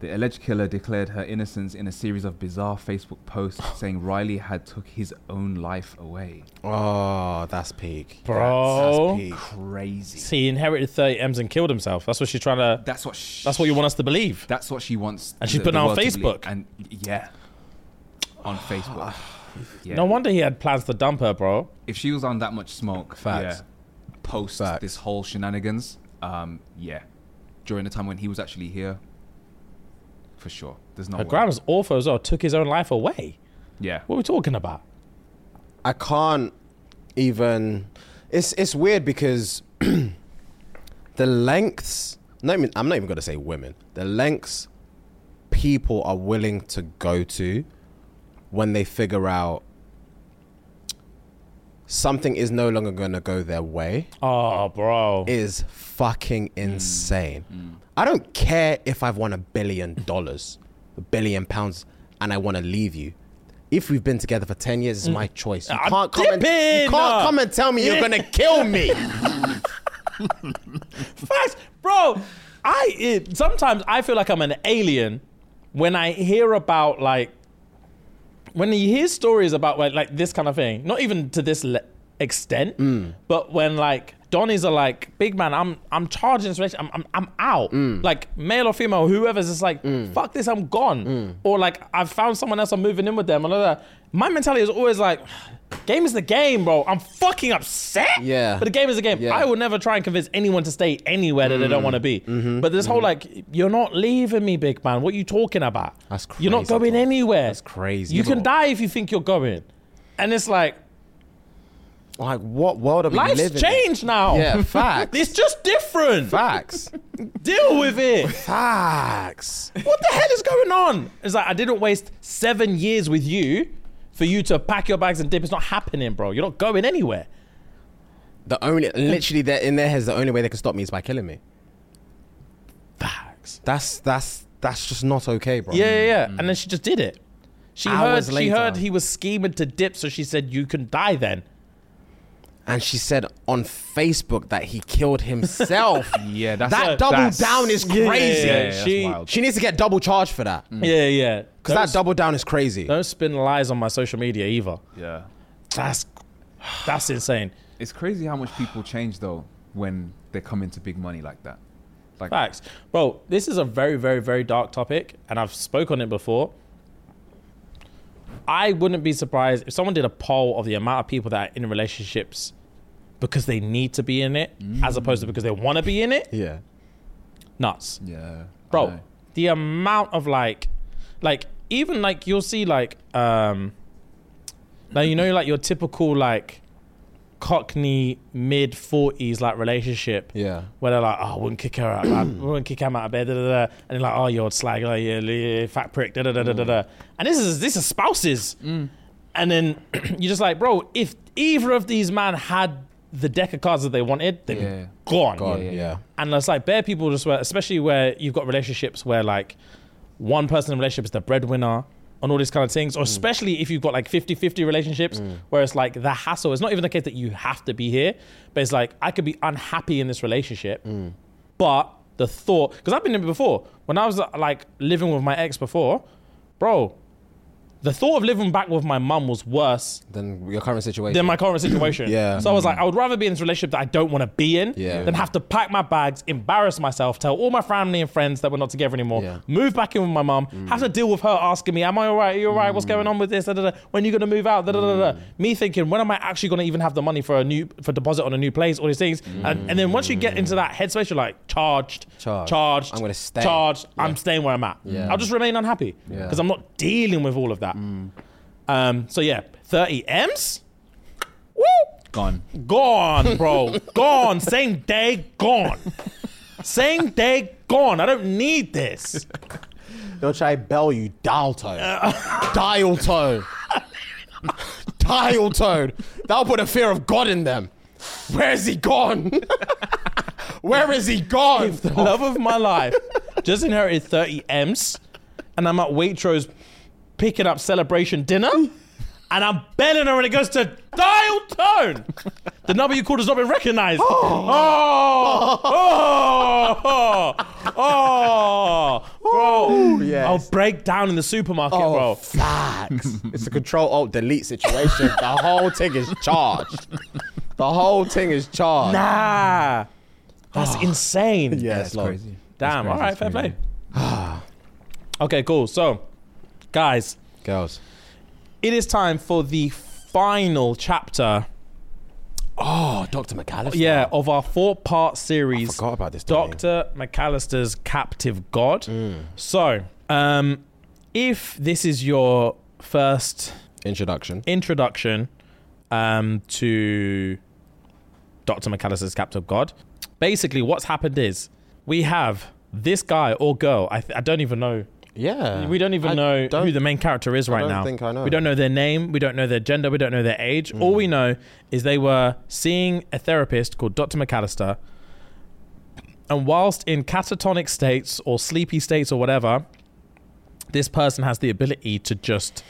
Speaker 3: the alleged killer declared her innocence in a series of bizarre Facebook posts saying Riley had took his own life away.
Speaker 2: Oh, that's peak.
Speaker 1: Bro. Oh.
Speaker 2: That's, that's peak.
Speaker 3: Crazy.
Speaker 1: He inherited 30 M's and killed himself. That's what she's trying to.
Speaker 3: That's what. Sh-
Speaker 1: That's what you want us to believe.
Speaker 3: That's what she wants.
Speaker 1: And she's
Speaker 3: the-
Speaker 1: putting
Speaker 3: the
Speaker 1: it on
Speaker 3: world to believe.
Speaker 1: Facebook.
Speaker 3: And yeah, on Facebook. Yeah.
Speaker 1: No wonder he had plans to dump her, bro.
Speaker 3: if she was on that much smoke,
Speaker 2: Facts.
Speaker 3: yeah, post
Speaker 2: Facts.
Speaker 3: this whole shenanigans, um, yeah, during the time when he was actually here, for sure. There's no
Speaker 1: Her
Speaker 3: way.
Speaker 1: grandma's awful as well. Took his own life away.
Speaker 3: Yeah,
Speaker 1: What are we talking about?
Speaker 2: I can't even. It's it's weird because the lengths. Not even, I'm not even gonna say women. The lengths people are willing to go to when they figure out something is no longer gonna go their way.
Speaker 1: Oh, bro.
Speaker 2: is fucking
Speaker 1: Mm.
Speaker 2: insane. I don't care if I've won a billion dollars, a billion pounds, and I want to leave you. If we've been together for 10 years, it's my choice. You
Speaker 1: Mm. I'm
Speaker 2: can't, come and, you
Speaker 1: dipping,
Speaker 2: can't
Speaker 1: uh.
Speaker 2: come and tell me you're
Speaker 1: Yeah.
Speaker 2: going to kill me.
Speaker 1: Facts, bro. I it, sometimes I feel like I'm an alien when I hear about like when you hear stories about like, like this kind of thing. Not even to this le- extent, but when like Donnies are like, big man, I'm I'm charging this relationship. I'm I'm, I'm out. Like male or female, whoever's just like, fuck this, I'm gone. Or like I've found someone else, I'm moving in with them. And all that. My mentality is always like, game is the game, bro. I'm fucking upset.
Speaker 2: Yeah.
Speaker 1: But the game is the game.
Speaker 2: Yeah. Mm.
Speaker 1: I will never try and convince anyone to stay anywhere that they don't want to be.
Speaker 2: Mm-hmm.
Speaker 1: But this whole like, you're not leaving me, big man. What are you talking about?
Speaker 2: That's
Speaker 1: You're not
Speaker 2: crazy,
Speaker 1: going
Speaker 2: bro.
Speaker 1: anywhere.
Speaker 2: That's crazy,
Speaker 1: You
Speaker 2: bro.
Speaker 1: can die if you think you're going. And it's like,
Speaker 2: like, what world are we
Speaker 1: life's
Speaker 2: living in?
Speaker 1: changed now.
Speaker 2: Yeah, facts.
Speaker 1: It's just different.
Speaker 2: facts.
Speaker 1: Deal with it.
Speaker 2: Facts.
Speaker 1: what the hell is going on? It's like, I didn't waste seven years with you for you to pack your bags and dip. It's not happening, bro. You're not going anywhere.
Speaker 2: The only, literally, they're in their heads, the only way they can stop me is by killing me.
Speaker 1: Facts.
Speaker 2: That's, that's, that's just not okay, bro.
Speaker 1: Yeah, yeah, yeah. And then she just did it. She
Speaker 2: Mm. Hours
Speaker 1: heard she
Speaker 2: later.
Speaker 1: heard he was scheming to dip, so she said, You can die then.
Speaker 2: and she said on Facebook that he killed himself.
Speaker 3: yeah. That's
Speaker 2: that double
Speaker 3: that's-
Speaker 2: down is
Speaker 1: yeah, yeah,
Speaker 2: crazy.
Speaker 1: yeah, that's She-
Speaker 3: wild.
Speaker 2: She needs to get double charged for that.
Speaker 1: Yeah, yeah.
Speaker 2: Because Mm. that double down is crazy.
Speaker 1: don't spin lies on my social media either.
Speaker 3: Yeah,
Speaker 1: That's that's insane.
Speaker 3: it's crazy how much people change though when they come into big money like that. Like
Speaker 1: Facts. Bro, this is a very, very, very dark topic, and I've spoke on it before. I wouldn't be surprised if someone did a poll of the amount of people that are in relationships because they need to be in it, as opposed
Speaker 2: Mm.
Speaker 1: to because they want to be in it.
Speaker 2: Yeah.
Speaker 1: Nuts,
Speaker 3: Yeah. I
Speaker 1: bro.
Speaker 3: know.
Speaker 1: The amount of like, like even like you'll see like um, like you know like your typical like Cockney mid forties like relationship
Speaker 2: Yeah.
Speaker 1: where they're like, oh, I wouldn't kick her out, I wouldn't kick him out of bed, da, da, da. and they're like, oh, you're a slag, oh, yeah, yeah, fat prick, da da da da da. da. And this is this is spouses, and then you're just like, bro, if either of these man had the deck of cards that they wanted, they'd
Speaker 3: Yeah.
Speaker 1: be gone.
Speaker 2: God.
Speaker 3: yeah,
Speaker 2: Yeah.
Speaker 3: yeah.
Speaker 1: And it's like bare people just where, especially where you've got relationships where like one person in a relationship is the breadwinner. On all these kind of things, or especially if you've got like 50 50 relationships where it's like the hassle, it's not even the case that you have to be here, but it's like I could be unhappy in this relationship, but the thought, because I've been in it before. When I was uh, like living with my ex before, bro, the thought of living back with my mum was worse
Speaker 2: Then your current situation.
Speaker 1: than my current situation.
Speaker 2: Yeah.
Speaker 1: So I was like, I would rather be in this relationship that I don't want to be in
Speaker 2: Yeah.
Speaker 1: than have to pack my bags, embarrass myself, tell all my family and friends that we're not together anymore,
Speaker 2: Yeah. Mm.
Speaker 1: move back in with my mum, have to deal with her asking me, Am I all right? Are you all right? What's going on with this? Da, da, da. When are you going to move out? Da, da, da,
Speaker 2: Mm.
Speaker 1: da. Me thinking, When am I actually going to even have the money for a new for deposit on a new place? All these things. And, and then once you get into that headspace, you're like, Charged,
Speaker 2: Mm. Charged.
Speaker 1: charged
Speaker 2: I'm gonna stay.
Speaker 1: Charged. I'm staying where I'm at.
Speaker 2: Yeah.
Speaker 1: I'll just remain unhappy
Speaker 2: Yeah.
Speaker 1: because I'm not dealing with all of that. Um, so yeah, 30 M's? Woo!
Speaker 3: Gone.
Speaker 1: Gone, bro. gone. Same day, gone. Same day, gone. I don't need this.
Speaker 2: They'll try bell you dial tone. dial tone. dial tone. That'll put a fear of God in them. Where is he gone? Where is he gone?
Speaker 1: The love of my life just inherited 30 M's, and I'm at Waitrose picking up celebration dinner, and I'm betting her, and it goes to dial tone. The number you called has not been recognized. Oh, oh, oh, oh, bro.
Speaker 2: yes.
Speaker 1: I'll break down in the supermarket,
Speaker 2: Oh,
Speaker 1: bro.
Speaker 2: facts. it's a control alt delete situation. The whole thing is charged. The whole thing is charged.
Speaker 1: Nah. That's insane.
Speaker 2: Yeah,
Speaker 3: That's
Speaker 2: it's long.
Speaker 3: crazy.
Speaker 1: Damn. All right, fair
Speaker 3: That's crazy.
Speaker 1: play. okay, cool. So, guys,
Speaker 2: Girls.
Speaker 1: it is time for the final chapter.
Speaker 2: Oh, Dr. McAllister.
Speaker 1: Yeah, of our four-part
Speaker 2: I
Speaker 1: series.
Speaker 2: forgot about this. didn't you?
Speaker 1: Dr. McAllister's Captive God.
Speaker 2: Mm.
Speaker 1: So, um, if this is your first
Speaker 2: Introduction.
Speaker 1: introduction um, to Dr. McAllister's Captive God. Basically, what's happened is we have this guy or girl. I, th- I don't even know.
Speaker 2: Yeah.
Speaker 1: We don't even
Speaker 2: I
Speaker 1: know
Speaker 2: don't-
Speaker 1: who the main character is
Speaker 2: I
Speaker 1: right
Speaker 2: don't
Speaker 1: now.
Speaker 2: think I know. Hmm.
Speaker 1: We don't know their name. We don't know their gender. We don't know their age. All we know is they were seeing a therapist called Dr. McAllister. And whilst in catatonic states or sleepy states or whatever, this person has the ability to just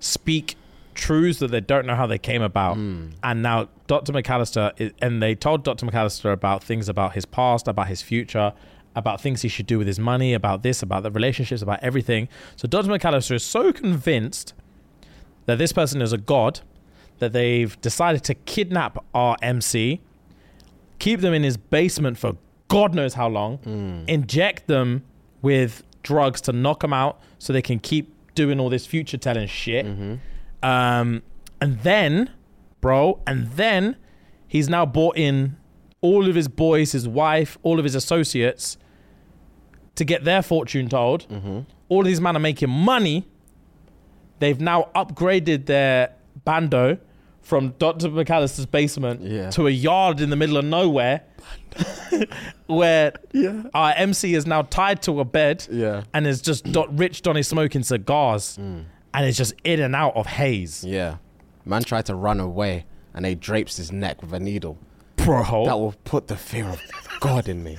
Speaker 1: speak truths that they don't know how they came about. And now Dr. McAllister, is, and they told Dr. McAllister about things about his past, about his future, about things he should do with his money, about this, about the relationships, about everything. So Dr. McAllister is so convinced that this person is a god that they've decided to kidnap our MC, keep them in his basement for God knows how long, inject them with drugs to knock them out so they can keep doing all this future telling shit. Um, and then, bro, and then he's now brought in all of his boys, his wife, all of his associates to get their fortune told. All of these men are making money. They've now upgraded their bando from Dr. McAllister's basement
Speaker 2: Yeah.
Speaker 1: to a yard in the middle of nowhere where our MC is now tied to a bed
Speaker 2: Yeah. Mm.
Speaker 1: and is just dot rich Donny smoking cigars and it's just in and out of haze.
Speaker 2: Yeah. Man tried to run away and they drapes his neck with a needle.
Speaker 1: Bro.
Speaker 2: That will put the fear of God in me.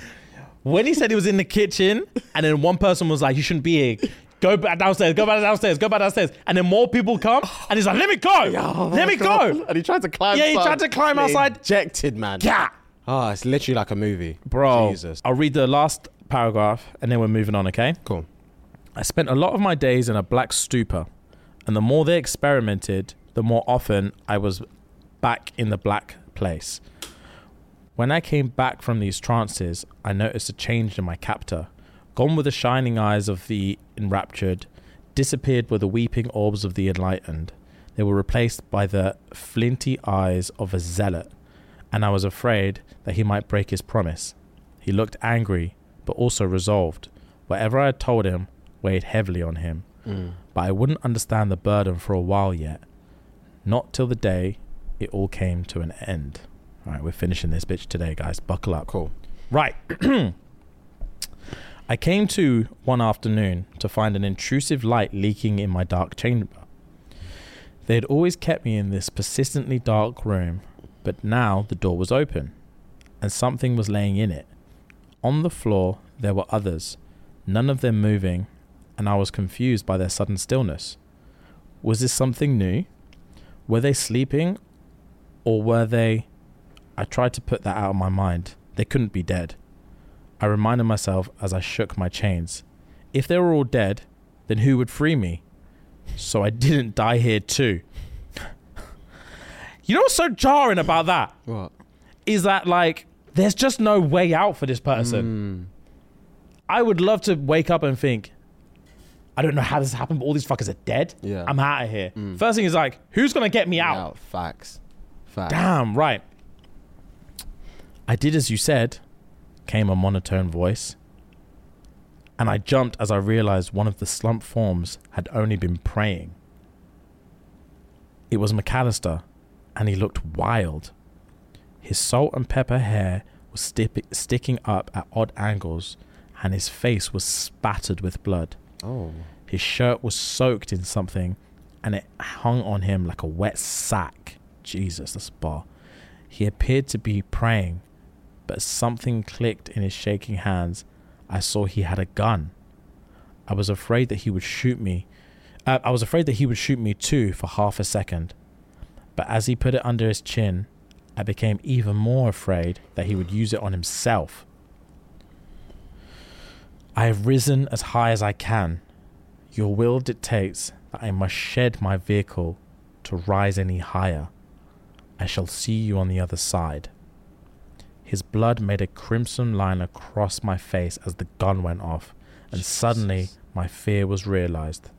Speaker 1: when he said he was in the kitchen, and then one person was like, "You shouldn't be here. Go back downstairs. Go back downstairs. Go back downstairs." And then more people come, and he's like, "Let me go.
Speaker 2: oh,
Speaker 1: Let me go."
Speaker 2: And he tried to climb
Speaker 1: Oh, Yeah, he
Speaker 2: some.
Speaker 1: tried to climn
Speaker 2: They
Speaker 1: outside.
Speaker 2: Ejected, man.
Speaker 1: Yeah,
Speaker 2: Oh, it's literally like a movie.
Speaker 1: bro.
Speaker 2: Jesus.
Speaker 1: I'll read the last paragraph, and then we're moving on. Okay.
Speaker 2: Cool.
Speaker 1: I spent a lot of my days in a black stupor, and the more they experimented, the more often I was back in the black place. When I came back from these trances, I noticed a change in my captor. Gone were the shining eyes of the enraptured, disappeared were the weeping orbs of the enlightened. They were replaced by the flinty eyes of a zealot, and I was afraid that he might break his promise. He looked angry, but also resolved. Whatever I had told him weighed heavily on him, but I wouldn't understand the burden for a while yet. Not till the day it all came to an end. All right, we're finishing this bitch today, guys. Buckle up.
Speaker 2: Cool.
Speaker 1: Right. I came to one afternoon to find an intrusive light leaking in my dark chamber. They had always kept me in this persistently dark room, but now the door was open and something was laying in it. On the floor, there were others, none of them moving, and I was confused by their sudden stillness. Was this something new? Were they sleeping or were they. I tried to put that out of my mind. They couldn't be dead. I reminded myself as I shook my chains. If they were all dead, then who would free me? So I didn't die here too. you know what's so jarring about that?
Speaker 2: What?
Speaker 1: is that like there's just no way out for this person.
Speaker 2: Hmm.
Speaker 1: I would love to wake up and think, I don't know how this happened, but all these fuckers are dead.
Speaker 2: Yeah.
Speaker 1: I'm out of here. First thing is like, who's gonna get me out?
Speaker 2: Facts. Facts.
Speaker 1: Damn, right. I did as you said, came a monotone voice. And I jumped as I realized one of the slump forms had only been praying. It was McAllister, and he looked wild. His salt and pepper hair was stip- sticking up at odd angles, and his face was spattered with blood.
Speaker 2: Oh.
Speaker 1: His shirt was soaked in something and it hung on him like a wet sack. Jesus, that's bar. He appeared to be praying, but something clicked in his shaking hands. I saw he had a gun. I was afraid that he would shoot me. Uh, I was afraid that he would shoot me too for half a second. But as he put it under his chin, I became even more afraid that he would use it on himself. I have risen as high as I can. Your will dictates that I must shed my vehicle to rise any higher. I shall see you on the other side. His blood made a crimson line across my face as the gun went off, and suddenly my fear was realized.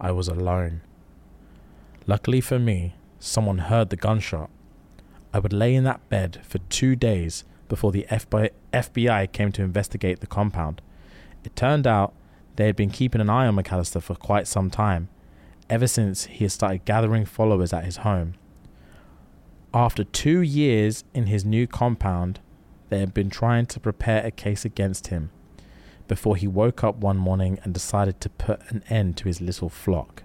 Speaker 1: I was alone. Luckily for me, someone heard the gunshot. I would lay in that bed for two days before the FBI, FBI came to investigate the compound. It turned out they had been keeping an eye on McAllister for quite some time, ever since he had started gathering followers at his home. After two years in his new compound, they had been trying to prepare a case against him before he woke up one morning and decided to put an end to his little flock.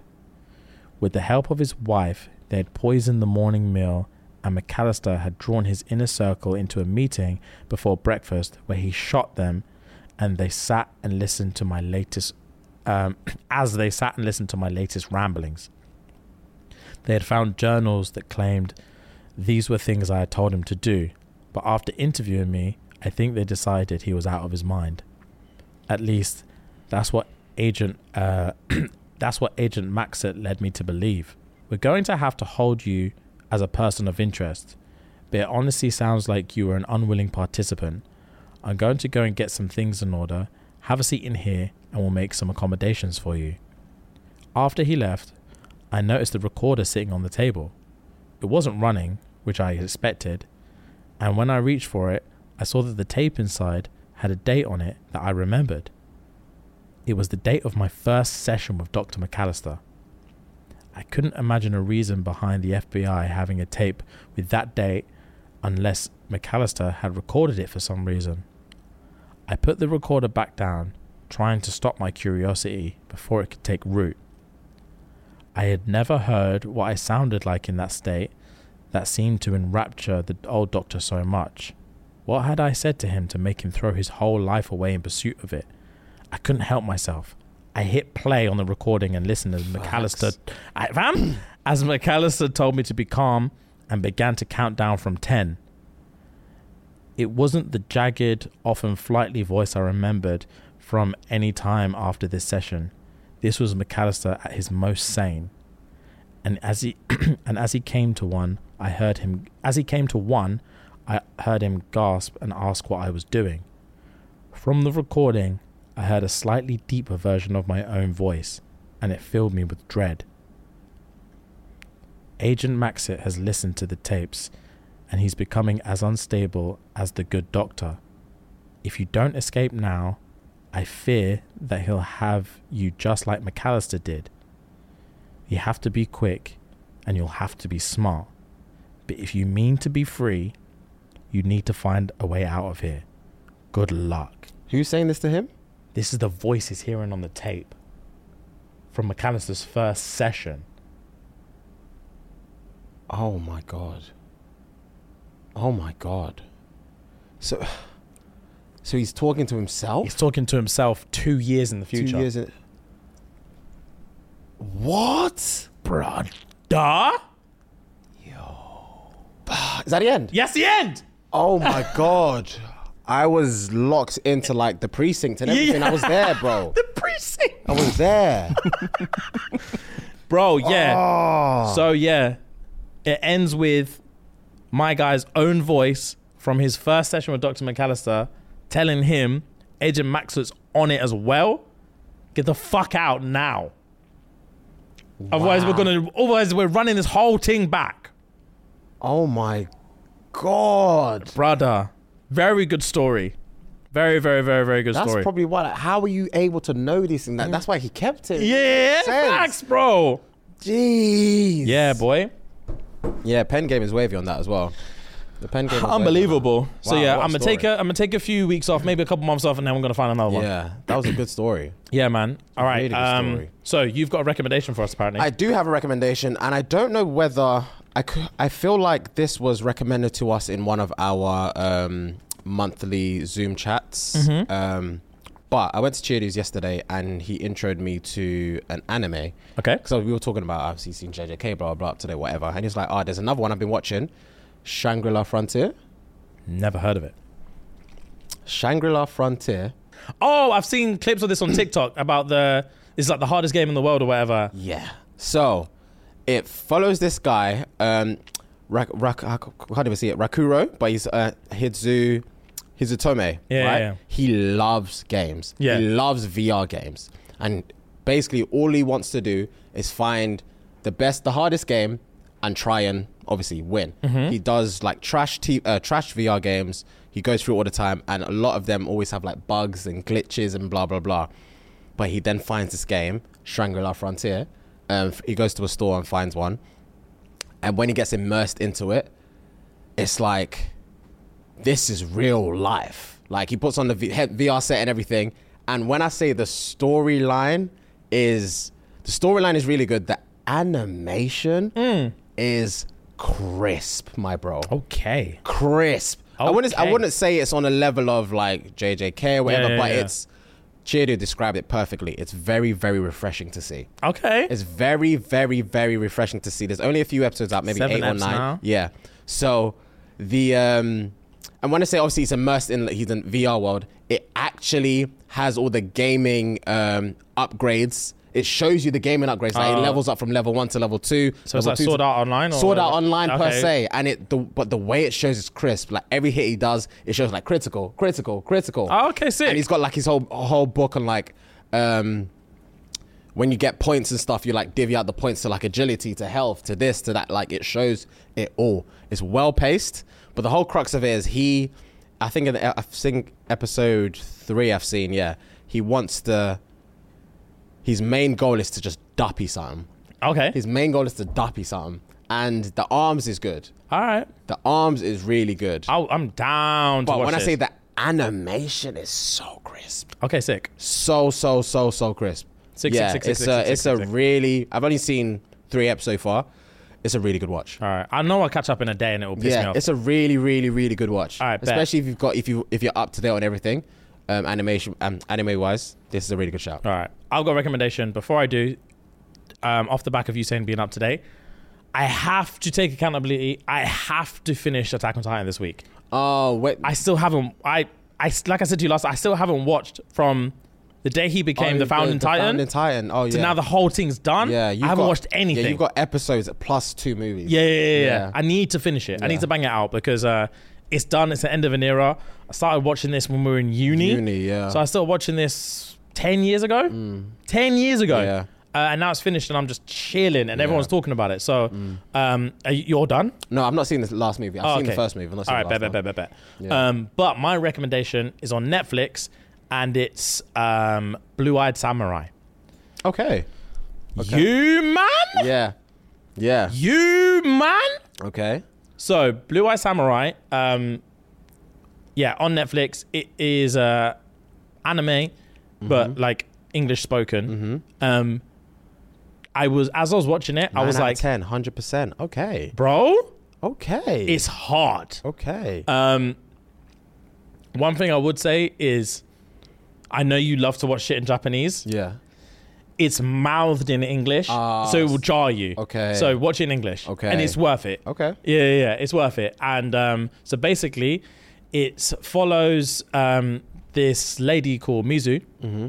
Speaker 1: With the help of his wife, they had poisoned the morning meal, and McAllister had drawn his inner circle into a meeting before breakfast where he shot them, and they sat and listened to my latest. Um, as they sat and listened to my latest ramblings, they had found journals that claimed these were things I had told him to do, but after interviewing me, I think they decided he was out of his mind. At least, that's what Agent uh, that's what Agent Maxet led me to believe. We're going to have to hold you as a person of interest, but it honestly sounds like you were an unwilling participant. I'm going to go and get some things in order, have a seat in here, and we'll make some accommodations for you. After he left, I noticed the recorder sitting on the table. It wasn't running, which I expected, and when I reached for it, I saw that the tape inside had a date on it that I remembered. It was the date of my first session with Dr. McAllister. I couldn't imagine a reason behind the FBI having a tape with that date unless McAllister had recorded it for some reason. I put the recorder back down, trying to stop my curiosity before it could take root. I had never heard what I sounded like in that state that seemed to enrapture the old doctor so much. What had I said to him to make him throw his whole life away in pursuit of it? I couldn't help myself. I hit play on the recording and listened as McAllister I, fam, as McAllister told me to be calm and began to count down from ten. It wasn't the jagged, often flightly voice I remembered from any time after this session. This was McAllister at his most sane. And as he and as he came to one, I heard him as he came to one, I heard him gasp and ask what I was doing. From the recording, I heard a slightly deeper version of my own voice, and it filled me with dread. Agent Maxit has listened to the tapes, and he's becoming as unstable as the good doctor. If you don't escape now, I fear that he'll have you just like McAllister did. You have to be quick, and you'll have to be smart. But if you mean to be free, you need to find a way out of here. Good luck.
Speaker 2: Who's saying this to him?
Speaker 1: This is the voice he's hearing on the tape from McAllister's first session.
Speaker 2: Oh my god. Oh my god. So, so he's talking to himself.
Speaker 1: He's talking to himself two years in the future.
Speaker 2: Two years in. What?
Speaker 1: Bruh. Duh?
Speaker 2: Uh, Is that the end?
Speaker 1: Yes, the end!
Speaker 2: Oh my god. I was locked into like the precinct and everything. I was there, bro.
Speaker 1: The precinct!
Speaker 2: I was there.
Speaker 1: Bro, yeah.
Speaker 2: Oh.
Speaker 1: So, yeah. It ends with my guy's own voice from his first session with Dr. McAllister telling him Agent Maxwell's on it as well. Get the fuck out now. Otherwise, we're
Speaker 2: Wow.
Speaker 1: gonna. Otherwise, we're running this whole thing back.
Speaker 2: Oh my god.
Speaker 1: Brother, very good story. Very, very, very, very good
Speaker 2: That's
Speaker 1: story.
Speaker 2: probably why. like, how were you able to know this? And that, that's why he kept it.
Speaker 1: yeah,
Speaker 2: Sense.
Speaker 1: facts, bro.
Speaker 2: Jeez.
Speaker 1: Yeah, boy.
Speaker 2: Yeah, pen game is wavy on that as well. The pen game. is wavy on that.
Speaker 1: Unbelievable. so
Speaker 2: Wow,
Speaker 1: yeah,
Speaker 2: what a
Speaker 1: I'm gonna take a
Speaker 2: story.
Speaker 1: I'm gonna take a few weeks off, maybe a couple months off, and then we're gonna find another one.
Speaker 2: Yeah, that was a good story.
Speaker 1: Yeah, man. All right.
Speaker 2: Really good
Speaker 1: um,
Speaker 2: story.
Speaker 1: So you've got a recommendation for us, apparently.
Speaker 2: I do have a recommendation, and I don't know whether I could, I feel like this was recommended to us in one of our um, monthly Zoom chats. Um, but I went to Cheerleaders yesterday, and he introed me to an anime
Speaker 1: okay.
Speaker 2: because we were talking about obviously seen JJK, blah blah blah today, whatever. And he's like, "Oh, there's another one I've been watching, Shangri La Frontier."
Speaker 1: Never heard of it.
Speaker 2: Shangri La Frontier.
Speaker 1: Oh, I've seen clips of this on TikTok about the it's like the hardest game in the world or whatever.
Speaker 2: Yeah. So it follows this guy, um, Rak, Rak, I can't even see it, Rakuro, but he's uh, Hizu, Hizutome.
Speaker 1: Yeah,
Speaker 2: right?
Speaker 1: yeah.
Speaker 2: He loves games.
Speaker 1: Yeah.
Speaker 2: He loves VR games. And basically, all he wants to do is find the best, the hardest game and try and obviously win. He does like trash, t- uh, trash VR games. He goes through all the time, and a lot of them always have like bugs and glitches and blah, blah, blah. But he then finds this game, Shangri La Frontier. Um, he goes to a store and finds one. And when he gets immersed into it, it's like, this is real life. Like, he puts on the v- he- VR set and everything. And when I say the storyline is, the storyline is really good. The animation
Speaker 1: Hmm.
Speaker 2: is crisp, my bro.
Speaker 1: Okay.
Speaker 2: Crisp. I wouldn't.
Speaker 1: Oh.
Speaker 2: I
Speaker 1: Okay.
Speaker 2: wouldn't say it's on a level of like JJK or whatever,
Speaker 1: yeah,
Speaker 2: but
Speaker 1: yeah.
Speaker 2: it's. Cheerdo described it perfectly. It's very, very refreshing to see.
Speaker 1: Okay.
Speaker 2: It's very, very, very refreshing to see. There's only a few episodes out, maybe
Speaker 1: Seven
Speaker 2: eight or
Speaker 1: eps
Speaker 2: nine.
Speaker 1: now.
Speaker 2: Yeah. So the um, and when I say obviously it's immersed in he's in VR world, it actually has all the gaming um upgrades. It shows you the gaming upgrades. Like
Speaker 1: Ah.
Speaker 2: it levels up from level one to level two.
Speaker 1: so it's
Speaker 2: level
Speaker 1: like
Speaker 2: two to-
Speaker 1: Sword Art Online or
Speaker 2: Sword Art
Speaker 1: whatever?
Speaker 2: Online per
Speaker 1: Okay.
Speaker 2: se, and it the, but the way it shows is crisp. Like every hit he does, it shows like critical, critical, critical.
Speaker 1: Oh, okay, sick.
Speaker 2: And he's got like his whole whole book on like um, when you get points and stuff, you like divvy out the points to like agility, to health, to this, to that. Like it shows it all. It's well paced, but the whole crux of it is he. I think in the, I think episode three I've seen. Yeah, he wants to. His main goal is to just duppy something.
Speaker 1: Okay.
Speaker 2: His main goal is to duppy something, and the arms is good.
Speaker 1: All right.
Speaker 2: The arms is really good.
Speaker 1: I'll, I'm down to
Speaker 2: But
Speaker 1: watch
Speaker 2: when I say
Speaker 1: this.
Speaker 2: the animation is so crisp,
Speaker 1: Okay, sick.
Speaker 2: so so so so crisp.
Speaker 1: Sick,
Speaker 2: yeah,
Speaker 1: sick, sick, sick,
Speaker 2: it's
Speaker 1: sick,
Speaker 2: a
Speaker 1: sick,
Speaker 2: it's
Speaker 1: sick,
Speaker 2: a
Speaker 1: sick.
Speaker 2: really. I've only seen three eps so far. It's a really good watch.
Speaker 1: All right. I know I'll catch up in a day and it will piss me
Speaker 2: Yeah,
Speaker 1: off.
Speaker 2: it's a really really really good watch.
Speaker 1: All right, bet.
Speaker 2: especially if you've got if you if you're up to date on everything, um, animation um, anime wise, this is a really good shout.
Speaker 1: All right. I've got a recommendation. Before I do, um, off the back of you saying being up to date, I have to take accountability. I have to finish Attack on Titan this week.
Speaker 2: Oh wait,
Speaker 1: I still haven't. I, I like I said to you last. I still haven't watced from the day he became
Speaker 2: oh,
Speaker 1: the Founding Titan
Speaker 2: Founding Titan. Oh yeah.
Speaker 1: to now the whole thing's done.
Speaker 2: yeah, you've
Speaker 1: I haven't
Speaker 2: got-
Speaker 1: watched anything.
Speaker 2: Yeah, you've got episodes plus two movies.
Speaker 1: Yeah, yeah, yeah, yeah,
Speaker 2: Yeah.
Speaker 1: I need to finish it. I need
Speaker 2: Yeah.
Speaker 1: to bang it out because uh, it's done. It's the end of an era. I started watching this when we were in uni.
Speaker 2: Uni, yeah. Mm.
Speaker 1: So I started watching this 10 years ago. 10 years ago.
Speaker 2: Yeah.
Speaker 1: uh, and now it's finished, and I'm just chilling, and everyone's talking about it. So,
Speaker 2: Mm.
Speaker 1: um, are you, you're done.
Speaker 2: No, I've not seen the last movie. I've
Speaker 1: Oh,
Speaker 2: seen the
Speaker 1: okay.
Speaker 2: first movie. I've not seen
Speaker 1: All
Speaker 2: the
Speaker 1: right, bet,
Speaker 2: last
Speaker 1: bet,
Speaker 2: one.
Speaker 1: bet, bet, bet.
Speaker 2: Yeah.
Speaker 1: Um, but my recommendation is on Netflix, and it's um, Blue Eyed Samurai.
Speaker 2: Okay.
Speaker 1: You man,
Speaker 2: Yeah. Yeah.
Speaker 1: you man.
Speaker 2: Okay.
Speaker 1: So, Blue Eye Samurai, um, yeah, on Netflix. It is uh, anime,
Speaker 2: Mm-hmm.
Speaker 1: but like English spoken. Um, I was as I was watching it, I
Speaker 2: Nine
Speaker 1: was
Speaker 2: out of
Speaker 1: like,
Speaker 2: 10, 100%. Okay.
Speaker 1: bro,
Speaker 2: Okay.
Speaker 1: it's hard.
Speaker 2: okay.
Speaker 1: Um, one thing I would say is, I know you love to watch shit in Japanese.
Speaker 2: yeah.
Speaker 1: It's mouthed in English,
Speaker 2: Ah,
Speaker 1: so it will jar you.
Speaker 2: okay.
Speaker 1: So watch it in English.
Speaker 2: Okay.
Speaker 1: And it's worth it.
Speaker 2: Okay.
Speaker 1: Yeah, yeah, yeah, it's worth it. And um, so basically, it follows um, this lady called Mizu,
Speaker 2: Mm-hmm.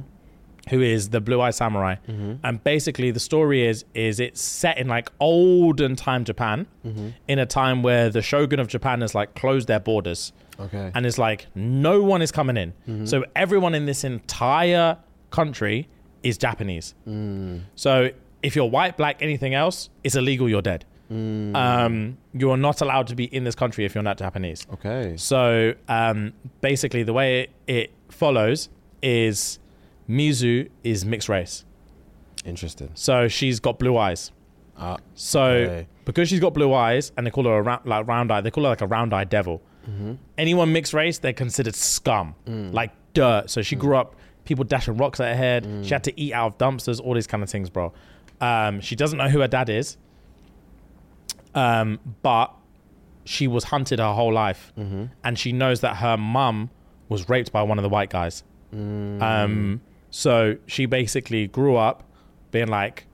Speaker 1: who is the Blue Eye Samurai. And basically, the story is is it's set in like olden time Japan,
Speaker 2: Mm-hmm.
Speaker 1: in a time where the shogun of Japan has like closed their borders,
Speaker 2: Okay.
Speaker 1: and it's like no one is coming in. So everyone in this entire country is Japanese. So if you're white, black, anything else, it's illegal. You're dead. Um, you are not allowed to be in this country if you're not Japanese.
Speaker 2: okay.
Speaker 1: So um, basically, the way it, it follows is Mizu is mixed race.
Speaker 2: Interesting.
Speaker 1: So she's got blue eyes.
Speaker 2: Ah,
Speaker 1: so
Speaker 2: okay.
Speaker 1: because she's got blue eyes, and they call her a round, like round eye, they call her like a round eyed devil.
Speaker 2: Mm-hmm.
Speaker 1: Anyone mixed race, they're considered scum,
Speaker 2: Mm.
Speaker 1: like dirt. So she grew up, people dashing rocks at her head.
Speaker 2: Mm.
Speaker 1: She had to eat out of dumpsters, all these kind of things, bro. Um, she doesn't know who her dad is, um, but she was hunted her whole life,
Speaker 2: Mm-hmm.
Speaker 1: and she knows that her mum was raped by one of the white guys.
Speaker 2: Mm.
Speaker 1: Um, so she basically grew up being like,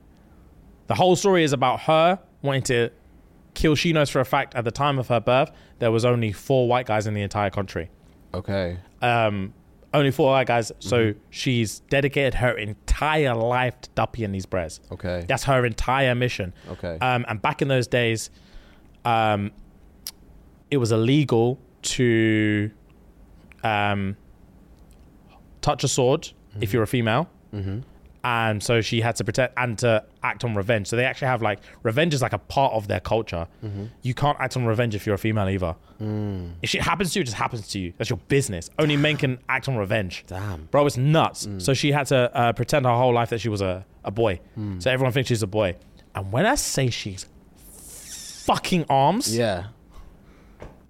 Speaker 1: the whole story is about her wanting to kill. She knows for a fact at the time of her birth, there was only four white guys in the entire country.
Speaker 2: Okay.
Speaker 1: Um, only four white guys. So she's dedicated her entire life to dupping these bears.
Speaker 2: Okay.
Speaker 1: That's her entire mission.
Speaker 2: Okay.
Speaker 1: Um, and back in those days, um, it was illegal to um, touch a sword if you're a female. And so she had to protect and to act on revenge. So they actually have like revenge is like a part of their culture.
Speaker 2: Mm-hmm.
Speaker 1: You can't act on revenge if you're a female either.
Speaker 2: Mm.
Speaker 1: If shit happens to you, it just happens to you. That's your business. Only men can act on revenge.
Speaker 2: Damn. Mm.
Speaker 1: Bro, it's nuts. So she had to uh, pretend her whole life that she was a, a boy.
Speaker 2: Mm.
Speaker 1: So everyone thinks she's a boy. And when I say she's fucking arms,
Speaker 2: Yeah.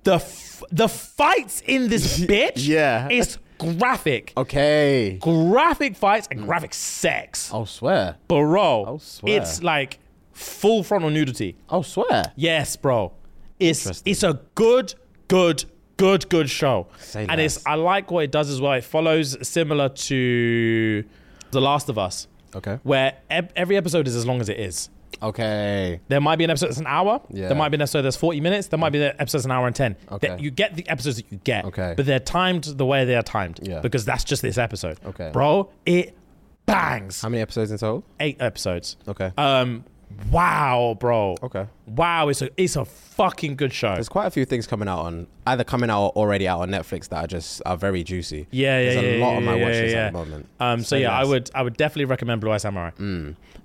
Speaker 1: the f- the fights in this bitch
Speaker 2: Yeah.
Speaker 1: is graphic.
Speaker 2: Okay.
Speaker 1: Graphic fights and graphic sex.
Speaker 2: I'll swear.
Speaker 1: Bro,
Speaker 2: I'll swear.
Speaker 1: it's like full frontal nudity.
Speaker 2: I'll swear.
Speaker 1: Yes, bro. It's
Speaker 2: Interesting.
Speaker 1: it's a good, good, good, good show.
Speaker 2: Say
Speaker 1: and
Speaker 2: less.
Speaker 1: it's I like what it does as well. It follows similar to The Last of Us,
Speaker 2: Okay.
Speaker 1: where eb- every episode is as long as it is.
Speaker 2: Okay.
Speaker 1: There might be an episode that's an hour.
Speaker 2: Yeah.
Speaker 1: There might be an episode that's 40 minutes. There might be an episode that's an hour and 10.
Speaker 2: Okay.
Speaker 1: That- You get the episodes that you get.
Speaker 2: Okay.
Speaker 1: But they're timed the way they are timed.
Speaker 2: Yeah.
Speaker 1: Because that's just this episode.
Speaker 2: Okay.
Speaker 1: Bro, it bangs.
Speaker 2: How many episodes in total?
Speaker 1: Eight episodes.
Speaker 2: Okay.
Speaker 1: Um, wow, bro.
Speaker 2: Okay.
Speaker 1: Wow, it's a it's a fucking good show.
Speaker 2: There's quite a few things coming out on either coming out or already out on Netflix that are just are very juicy.
Speaker 1: Yeah, yeah,
Speaker 2: There's a
Speaker 1: yeah,
Speaker 2: lot
Speaker 1: yeah,
Speaker 2: on my
Speaker 1: yeah,
Speaker 2: watch
Speaker 1: yeah,
Speaker 2: list
Speaker 1: yeah.
Speaker 2: at the moment.
Speaker 1: Um, so
Speaker 2: So
Speaker 1: yeah, I
Speaker 2: yes. Mm.
Speaker 1: would I would definitely recommend Blue Eye Samurai.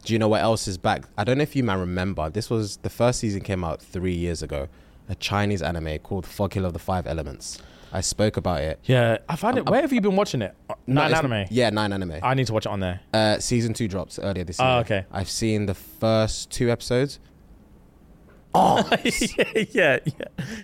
Speaker 2: Do you know what else is back? I don't know if you man remember. This was the first season came out three years ago. A Chinese anime called Four Kill of the Five Elements. I spoke about it.
Speaker 1: Yeah, I found it. where have you been watching it? Nine
Speaker 2: Uh, it's-
Speaker 1: anime.
Speaker 2: Yeah, nine anime.
Speaker 1: I need to watch it on there.
Speaker 2: Uh, season two dropped earlier this year.
Speaker 1: Oh, okay.
Speaker 2: I've seen the first two episodes.
Speaker 1: yeah, yeah, yeah.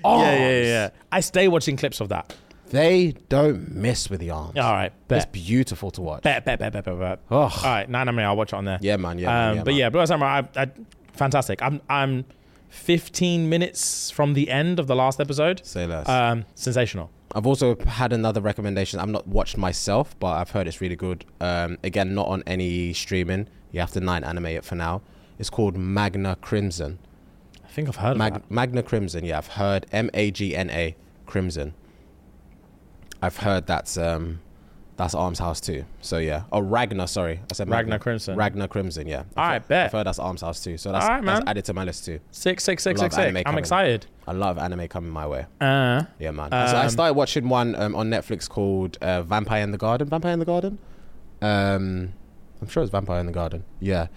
Speaker 2: Oh,
Speaker 1: yeah, yeah, yeah. I stay watching clips of that.
Speaker 2: They don't miss with the arms.
Speaker 1: All right,
Speaker 2: It's
Speaker 1: Oh, bet,
Speaker 2: beautiful to watch.
Speaker 1: bet, bet, bet, bet, bet, bet.
Speaker 2: Oh.
Speaker 1: All right, nine anime. I'll watch it on there.
Speaker 2: Yeah, man. Yeah. man,
Speaker 1: um,
Speaker 2: yeah
Speaker 1: but
Speaker 2: man.
Speaker 1: yeah, Blue Eye Samurai. I, I, fantastic. I'm I'm 15 minutes from the end of the last episode.
Speaker 2: Say less.
Speaker 1: Um, sensational.
Speaker 2: I've also had another recommendation. I've not watched myself, but I've heard it's really good. Um, again, not on any streaming. You have to nine anime it for now. It's called Magna Crimson.
Speaker 1: I think I've heard of
Speaker 2: Mag-
Speaker 1: that.
Speaker 2: Magna Crimson. Yeah, I've heard M A G N A Crimson. I've heard that's um, that's Arms House too. So yeah, oh Ragnar. Sorry, I said
Speaker 1: Ragnar
Speaker 2: Magna.
Speaker 1: Crimson.
Speaker 2: Ragnar Crimson. Yeah.
Speaker 1: All
Speaker 2: I've
Speaker 1: right,
Speaker 2: heard,
Speaker 1: bet.
Speaker 2: I've heard that's Arms House too. So that's,
Speaker 1: All right,
Speaker 2: that's
Speaker 1: man.
Speaker 2: added to my list too.
Speaker 1: Six, six, six,
Speaker 2: Love
Speaker 1: six, six.
Speaker 2: anime
Speaker 1: I'm
Speaker 2: coming.
Speaker 1: excited.
Speaker 2: A lot of anime coming my way.
Speaker 1: Uh,
Speaker 2: Yeah, man. so I
Speaker 1: Um,
Speaker 2: started watching one um, on Netflix called uh, Vampire in the Garden. Vampire in the Garden. Um, I'm sure it's Vampire in the Garden. Yeah,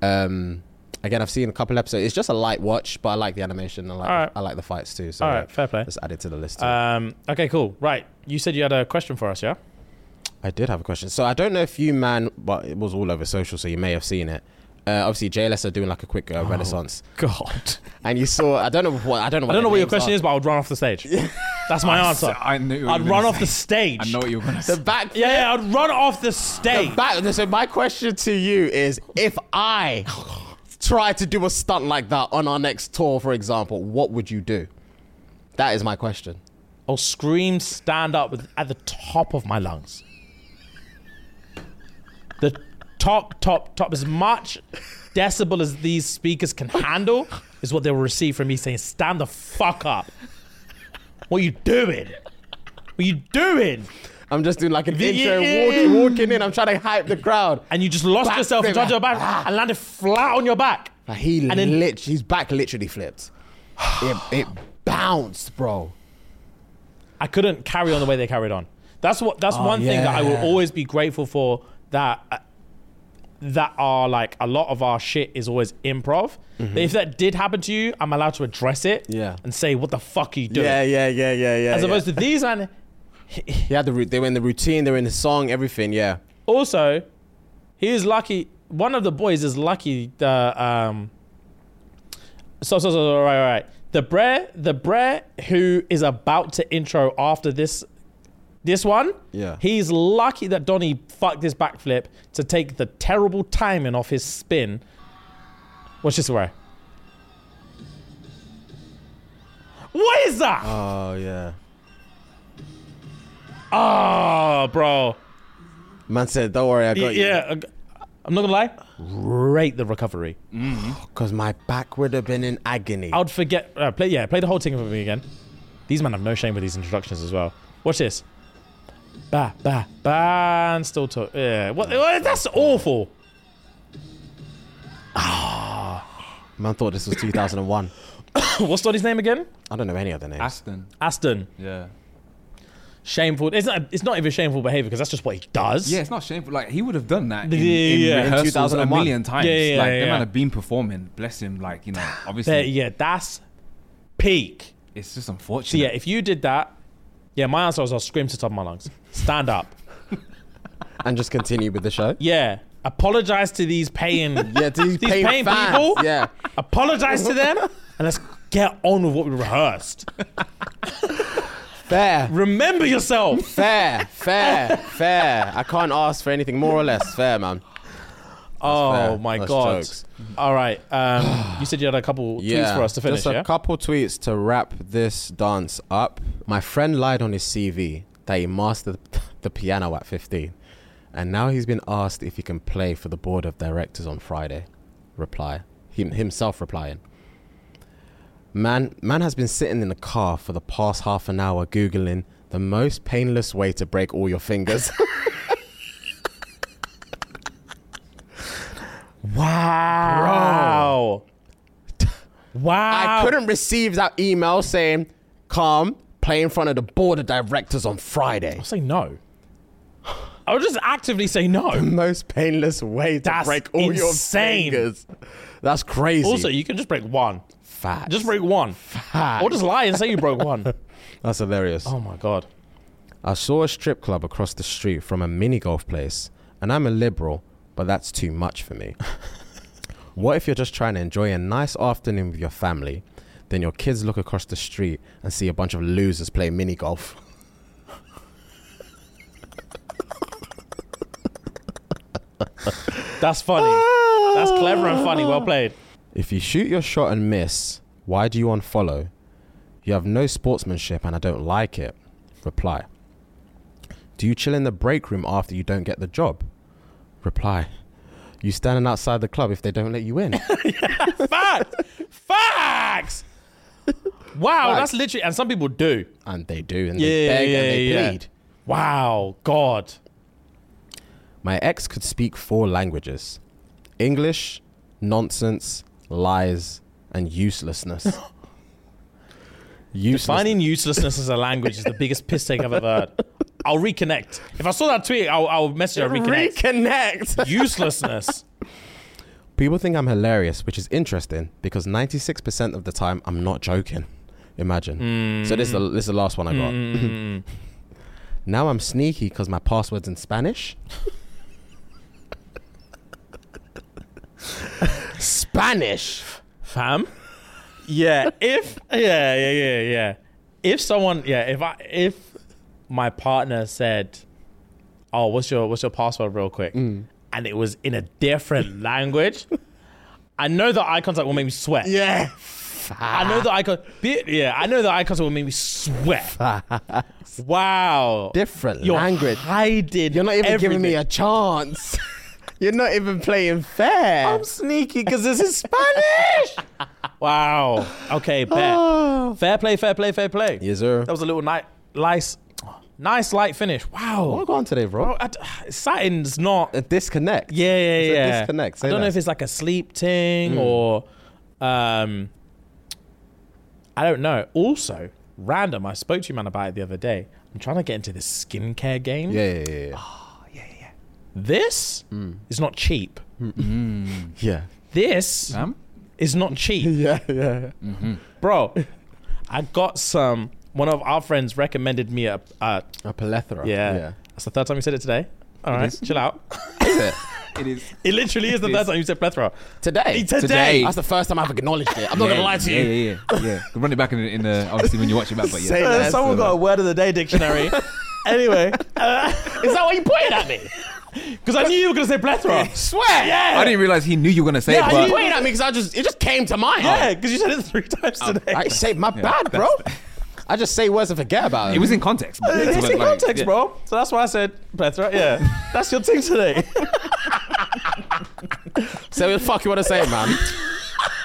Speaker 2: Um, again, I've seen a couple episodes. It's just a light watch, but I like the animation. I like,
Speaker 1: Alright.
Speaker 2: I like the fights too. So
Speaker 1: All right, fair play.
Speaker 2: let's add it to the list. too.
Speaker 1: Um, okay, cool. Right, you said you had a question for us, yeah?
Speaker 2: I did have a question. So I don't know if you man, but it was all over social, so you may have seen it. Uh, obviously, JLS are doing like a quick uh, renaissance,
Speaker 1: God,
Speaker 2: and you saw. I don't know what I don't know.
Speaker 1: Oh. I don't know
Speaker 2: their
Speaker 1: what your
Speaker 2: names
Speaker 1: question
Speaker 2: are.
Speaker 1: is, but I would run off the stage. That's my answer.
Speaker 3: I knew.
Speaker 1: I'd run off the stage.
Speaker 3: I know what you were gonna
Speaker 2: The
Speaker 3: say.
Speaker 2: back.
Speaker 1: Yeah, yeah, I'd run off the
Speaker 2: The
Speaker 1: stage.
Speaker 2: back. So my question to you is, if I try to do a stunt like that on our next tour, for example, what would you do? That is my question.
Speaker 1: I'll scream, stand up with, at the top of my lungs. The top, top, top, as much decibel as these speakers can handle is what they'll receive from me saying, stand the fuck up. What you doing? What you doing?
Speaker 2: I'm just doing like an
Speaker 1: Yeah,
Speaker 2: intro,
Speaker 1: yeah,
Speaker 2: walk,
Speaker 1: yeah.
Speaker 2: walking in. I'm trying to hype the crowd.
Speaker 1: And you just lost
Speaker 2: Back
Speaker 1: yourself and
Speaker 2: flip.
Speaker 1: tried to go back and landed flat on your back.
Speaker 2: Like, he
Speaker 1: And then-
Speaker 2: lit, his back literally flipped. It, it bounced, bro.
Speaker 1: I couldn't carry on the way they carried on. That's what. That's
Speaker 2: Oh,
Speaker 1: one thing that I will
Speaker 2: yeah.
Speaker 1: always be grateful for. That uh, that are like a lot of our shit is always improv. If that did happen to you, I'm allowed to address it.
Speaker 2: Mm-hmm. Yeah.
Speaker 1: And say what the fuck are you doing?
Speaker 2: Yeah, yeah, yeah, yeah, yeah.
Speaker 1: As
Speaker 2: yeah.
Speaker 1: opposed to these and
Speaker 2: He had the root. They were in the routine. They were in the song. Everything. Yeah.
Speaker 1: also, he is lucky. One of the boys is lucky. The um, so so so, so right right. right. The Brer, the Brer who is about to intro after this, this one.
Speaker 2: Yeah.
Speaker 1: He's lucky that Donnie fucked this backflip to take the terrible timing off his spin. Watch this way. What is that?
Speaker 2: Oh yeah.
Speaker 1: Ah, bro.
Speaker 2: Man said, "Don't worry, I got you."
Speaker 1: yeah. I'm not gonna lie. Rate the recovery.
Speaker 2: Because my back would have been in agony.
Speaker 1: I would forget. Uh, play, yeah, play the whole thing for me again. These men have no shame with these introductions as well. Watch this. Ba ba ba and still talk. Yeah, what? what- that's awful.
Speaker 2: Man thought this was 2001.
Speaker 1: What's Donny's name again?
Speaker 2: I don't know any other names.
Speaker 3: Aston.
Speaker 1: Aston.
Speaker 3: Yeah.
Speaker 1: Shameful. It's not. It's not even shameful behavior because that's just what he does.
Speaker 3: Yeah, it's not shameful. Like he would have done that in,
Speaker 1: Yeah, yeah,
Speaker 3: in
Speaker 1: yeah. In
Speaker 3: rehearsals a
Speaker 2: 2001.
Speaker 3: million times.
Speaker 1: Yeah, yeah,
Speaker 3: like
Speaker 1: yeah,
Speaker 3: the
Speaker 1: yeah.
Speaker 3: man have been performing. Bless him. Like you know, obviously,
Speaker 1: There- yeah, that's peak.
Speaker 3: it's just
Speaker 1: So
Speaker 3: unfortunate.
Speaker 1: yeah, if you did that, yeah, my answer was I'll scream to the top of my lungs. Stand up.
Speaker 2: And just continue with the show.
Speaker 1: Yeah. Apologize to these paying.
Speaker 2: Yeah, these,
Speaker 1: These paying
Speaker 2: fans.
Speaker 1: people?
Speaker 2: Yeah.
Speaker 1: Apologize to them, and let's get on with what we rehearsed.
Speaker 2: Fair.
Speaker 1: Remember yourself.
Speaker 2: Fair, fair, fair. I can't ask for anything more or less. Fair, man.
Speaker 1: Oh
Speaker 2: fair.
Speaker 1: my
Speaker 2: That's
Speaker 1: god!
Speaker 2: jokes.
Speaker 1: All right, um, you said you had a couple tweets for us to finish.
Speaker 2: Just a
Speaker 1: yeah?
Speaker 2: couple tweets to wrap this dance up. My friend lied on his CV that he mastered the piano at 15, and now he's been asked if he can play for the board of directors on Friday. Reply him himself replying. Man, man has been sitting in the car for the past half an hour googling the most painless way to break all your fingers.
Speaker 1: wow! Wow!
Speaker 2: I couldn't receive that email saying, "Come play in front of the board of directors on Friday."
Speaker 1: I'll say no. I would just actively say no.
Speaker 2: most painless way to
Speaker 1: That's
Speaker 2: break all your
Speaker 1: insane.
Speaker 2: fingers. That's crazy.
Speaker 1: Also, you can just break one.
Speaker 2: fat.
Speaker 1: Just break one,
Speaker 2: fat.
Speaker 1: or just lie and say you broke one.
Speaker 2: That's hilarious.
Speaker 1: Oh my god!
Speaker 2: I saw a strip club across the street from a mini golf place, and I'm a liberal, but that's too much for me. what if you're just trying to enjoy a nice afternoon with your family, then your kids look across the street and see a bunch of losers play mini golf?
Speaker 1: That's funny. That's clever and funny. Well played.
Speaker 2: If you shoot your shot and miss, why do you unfollow? You have no sportsmanship and I don't like it. Reply. Do you chill in the break room after you don't get the job? Reply. You standing outside the club if they don't let you in.
Speaker 1: Facts. Facts. Wow,
Speaker 2: Facts.
Speaker 1: that's literally, and some people do.
Speaker 2: and they do, and they
Speaker 1: Yeah,
Speaker 2: beg
Speaker 1: yeah,
Speaker 2: and they
Speaker 1: yeah.
Speaker 2: plead.
Speaker 1: Wow, God.
Speaker 2: My ex could speak four languages English, nonsense, lies, and uselessness. uselessness.
Speaker 1: Defining uselessness as a language is the biggest piss take I've ever heard. I'll reconnect. If I saw that tweet, I'll, I'll message her reconnect.
Speaker 2: Reconnect.
Speaker 1: uselessness.
Speaker 2: People think I'm hilarious, which is interesting because 96% of the time I'm not joking. Imagine. So this is, the, this is the last one I got.
Speaker 1: Mm.
Speaker 2: Now I'm sneaky because my password's in Spanish. Spanish.
Speaker 1: Fam? Yeah, if yeah, yeah, yeah, yeah. If someone yeah, if I if my partner said, Oh, what's your what's your password real quick? And it was in a different language, I know that eye contact will make me sweat.
Speaker 2: Yeah.
Speaker 1: I know that eye con- be- yeah, I know that eye contact will make me sweat. wow.
Speaker 2: Different
Speaker 1: You're
Speaker 2: language.
Speaker 1: hiding.
Speaker 2: You're not even
Speaker 1: everything.
Speaker 2: giving me a chance. You're not even playing fair.
Speaker 1: I'm sneaky because this is Spanish. wow. Okay,
Speaker 2: Ah.
Speaker 1: bet. Fair play, fair play, fair play.
Speaker 2: yes, sir.
Speaker 1: That was a little nice, nice, nice light finish.
Speaker 2: What
Speaker 1: Wow.
Speaker 2: going on today, bro?
Speaker 1: Bro, I d- Satin's not.
Speaker 2: A disconnect.
Speaker 1: Yeah, yeah,
Speaker 2: It's a
Speaker 1: yeah.
Speaker 2: disconnect. Say Mm.
Speaker 1: I don't know
Speaker 2: less.
Speaker 1: if it's like a sleep thing or, um, I don't know. Also, random. I spoke to you man about it the other day. I'm trying to get into this skincare game.
Speaker 2: Yeah, Mm. yeah, yeah, yeah.
Speaker 1: Ah. This is not cheap.
Speaker 2: Yeah.
Speaker 1: This
Speaker 3: Sam? Mm-hmm.
Speaker 1: is not cheap.
Speaker 2: Yeah, yeah.
Speaker 1: bro. I got some. One of our friends recommended me a. Uh,
Speaker 2: A plethora.
Speaker 1: yeah, that's the third time you said it today. All right, chill out.
Speaker 2: Is it?
Speaker 3: It is.
Speaker 1: It literally is the
Speaker 3: It
Speaker 1: third
Speaker 3: is.
Speaker 1: time you said plethora.
Speaker 2: Today.
Speaker 1: Today.
Speaker 2: That's the first time I've acknowledged it. I'm not going to lie to you.
Speaker 3: Yeah, yeah, yeah. We'll run it back in, in the, obviously when you watch it back, but yeah.
Speaker 2: Say
Speaker 1: Uh,
Speaker 2: less
Speaker 1: someone
Speaker 2: than
Speaker 1: got
Speaker 2: that.
Speaker 1: a word of the day dictionary. anyway,
Speaker 2: Is that what you pointed at me?
Speaker 1: because I knew you were gonna say plethora.
Speaker 2: Swear.
Speaker 1: Yeah.
Speaker 3: I didn't realize he knew you were going to say
Speaker 2: Yeah,
Speaker 3: it,
Speaker 2: you
Speaker 3: but
Speaker 2: pointed at me because I just it just came to mind.
Speaker 1: Yeah, because you said it three times
Speaker 3: Oh,
Speaker 1: today.
Speaker 2: I say my bad, bro. I just say words and forget about it.
Speaker 3: it was in context. but-
Speaker 1: It's in
Speaker 3: like-
Speaker 1: context,
Speaker 3: yeah.
Speaker 1: bro. So that's why I said plethora. Yeah, that's your thing today.
Speaker 2: Say what the fuck you want to say, man.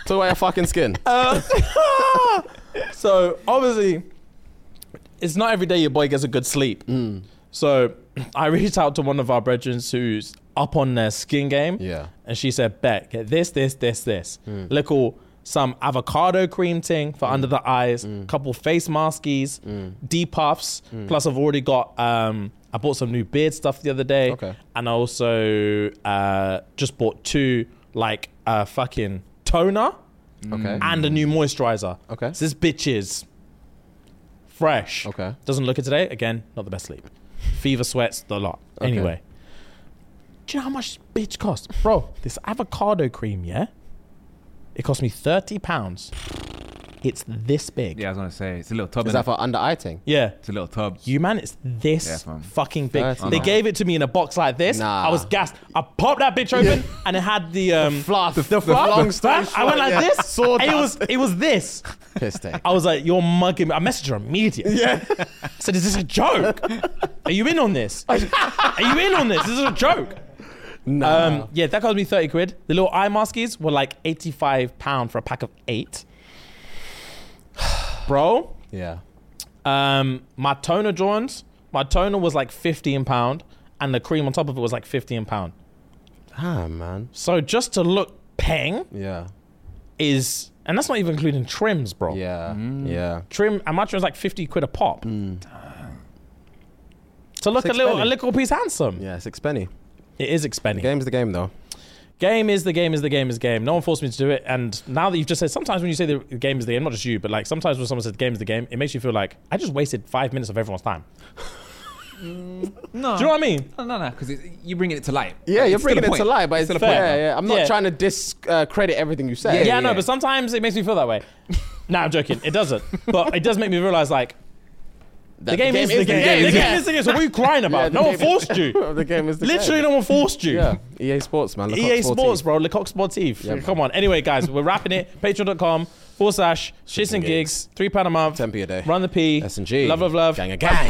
Speaker 2: Talk about your fucking skin.
Speaker 1: Uh, so obviously, it's not every day your boy gets a good sleep.
Speaker 2: Mm.
Speaker 1: So I reached out to one of our brethren who's up on their skin game.
Speaker 2: Yeah. Mm.
Speaker 1: And she said, Bet, get this, this, this, this. Little some avocado cream thing for under the eyes,
Speaker 2: Mm.
Speaker 1: couple face maskies, deep puffs. Plus I've already got um I bought some new beard stuff the other day.
Speaker 2: Okay.
Speaker 1: And I also uh just bought two like uh fucking toner
Speaker 2: Okay.
Speaker 1: and a new moisturizer.
Speaker 2: Okay.
Speaker 1: So this bitch is fresh.
Speaker 2: Okay.
Speaker 1: Doesn't look it today. Again, not the best sleep. Fever, sweats, the lot.
Speaker 2: Okay.
Speaker 1: Anyway. Do you know how much this bitch costs? Bro, this avocado cream, yeah? It cost me £30. It's this big.
Speaker 3: Yeah, I was going to say, it's a little tub.
Speaker 2: Is
Speaker 3: innit?
Speaker 2: that for under eye thing?
Speaker 1: Yeah.
Speaker 3: it's a little tub.
Speaker 1: You man, it's this
Speaker 3: Yeah, fam.
Speaker 1: fucking big.
Speaker 2: Thirty.
Speaker 1: They gave it to me in a box like this.
Speaker 2: Nah.
Speaker 1: I was gassed. I popped that bitch open and it had the um
Speaker 2: Fluff. The,
Speaker 1: fluff.
Speaker 2: Long story
Speaker 1: Fam, I went like
Speaker 2: short, yeah.
Speaker 1: this. and
Speaker 2: Sawdust.
Speaker 1: it was it was this.
Speaker 2: piss take.
Speaker 1: I was like, "You're mugging me." I messaged her immediately. Yeah. I said, "Is this a joke? Are you in on this? Are you in on this? This is a joke."
Speaker 2: Nah.
Speaker 1: Um, yeah, that cost me thirty quid. The little eye maskies were like eighty-five pound for a pack of eight. Bro,
Speaker 2: yeah.
Speaker 1: um, my toner joints. My toner was like fifteen pound, and the cream on top of it was like fifteen pound.
Speaker 2: Ah, man.
Speaker 1: So just to look peng
Speaker 2: Yeah.
Speaker 1: is, and that's not even including trims, bro.
Speaker 2: Yeah.
Speaker 1: Mm.
Speaker 2: Yeah.
Speaker 1: trim and my trim's like 50 quid a pop to look
Speaker 2: It's
Speaker 1: a little a
Speaker 2: expensive.
Speaker 1: little piece handsome
Speaker 2: Yeah. Six penny.
Speaker 1: it is expensive game.
Speaker 2: Game's the game, though.
Speaker 1: is the game is the game is the game no one forced me to do it and now that you've just said sometimes when you say the game is the game not just you but like sometimes when someone says the game is the game it makes you feel like i just wasted five minutes of everyone's time
Speaker 3: No.
Speaker 1: do you know what i mean
Speaker 3: No, no, no, because you're bringing it to light.
Speaker 2: Yeah,
Speaker 3: It's
Speaker 2: you're
Speaker 3: still
Speaker 2: bringing
Speaker 3: a
Speaker 2: it
Speaker 3: point.
Speaker 2: to light, but it's
Speaker 1: a
Speaker 2: the
Speaker 1: point.
Speaker 2: point. Yeah, yeah. I'm not
Speaker 1: Yeah.
Speaker 2: trying to discredit everything you
Speaker 1: yeah,
Speaker 2: said.
Speaker 1: i know but sometimes it makes me feel that way nah i'm joking it doesn't but it does make me realize like the game, is, the game, the game is the game so what are you crying about
Speaker 2: Yeah, the
Speaker 1: no one
Speaker 2: game-
Speaker 1: forced you
Speaker 2: the game is the
Speaker 1: literally
Speaker 2: game.
Speaker 1: no one forced you
Speaker 2: Yeah. EA Sports, man. Look up
Speaker 1: EA
Speaker 2: 14.
Speaker 1: E Sports, bro. Lecoq Sportif.
Speaker 2: Yeah,
Speaker 1: Come on. Anyway, guys, we're wrapping it. Patreon.com forward slash shits and gigs. Three pound a month.
Speaker 2: 10p a day.
Speaker 1: Run the P.
Speaker 2: S&G.
Speaker 1: Love, love, love.
Speaker 2: Gang, a gang.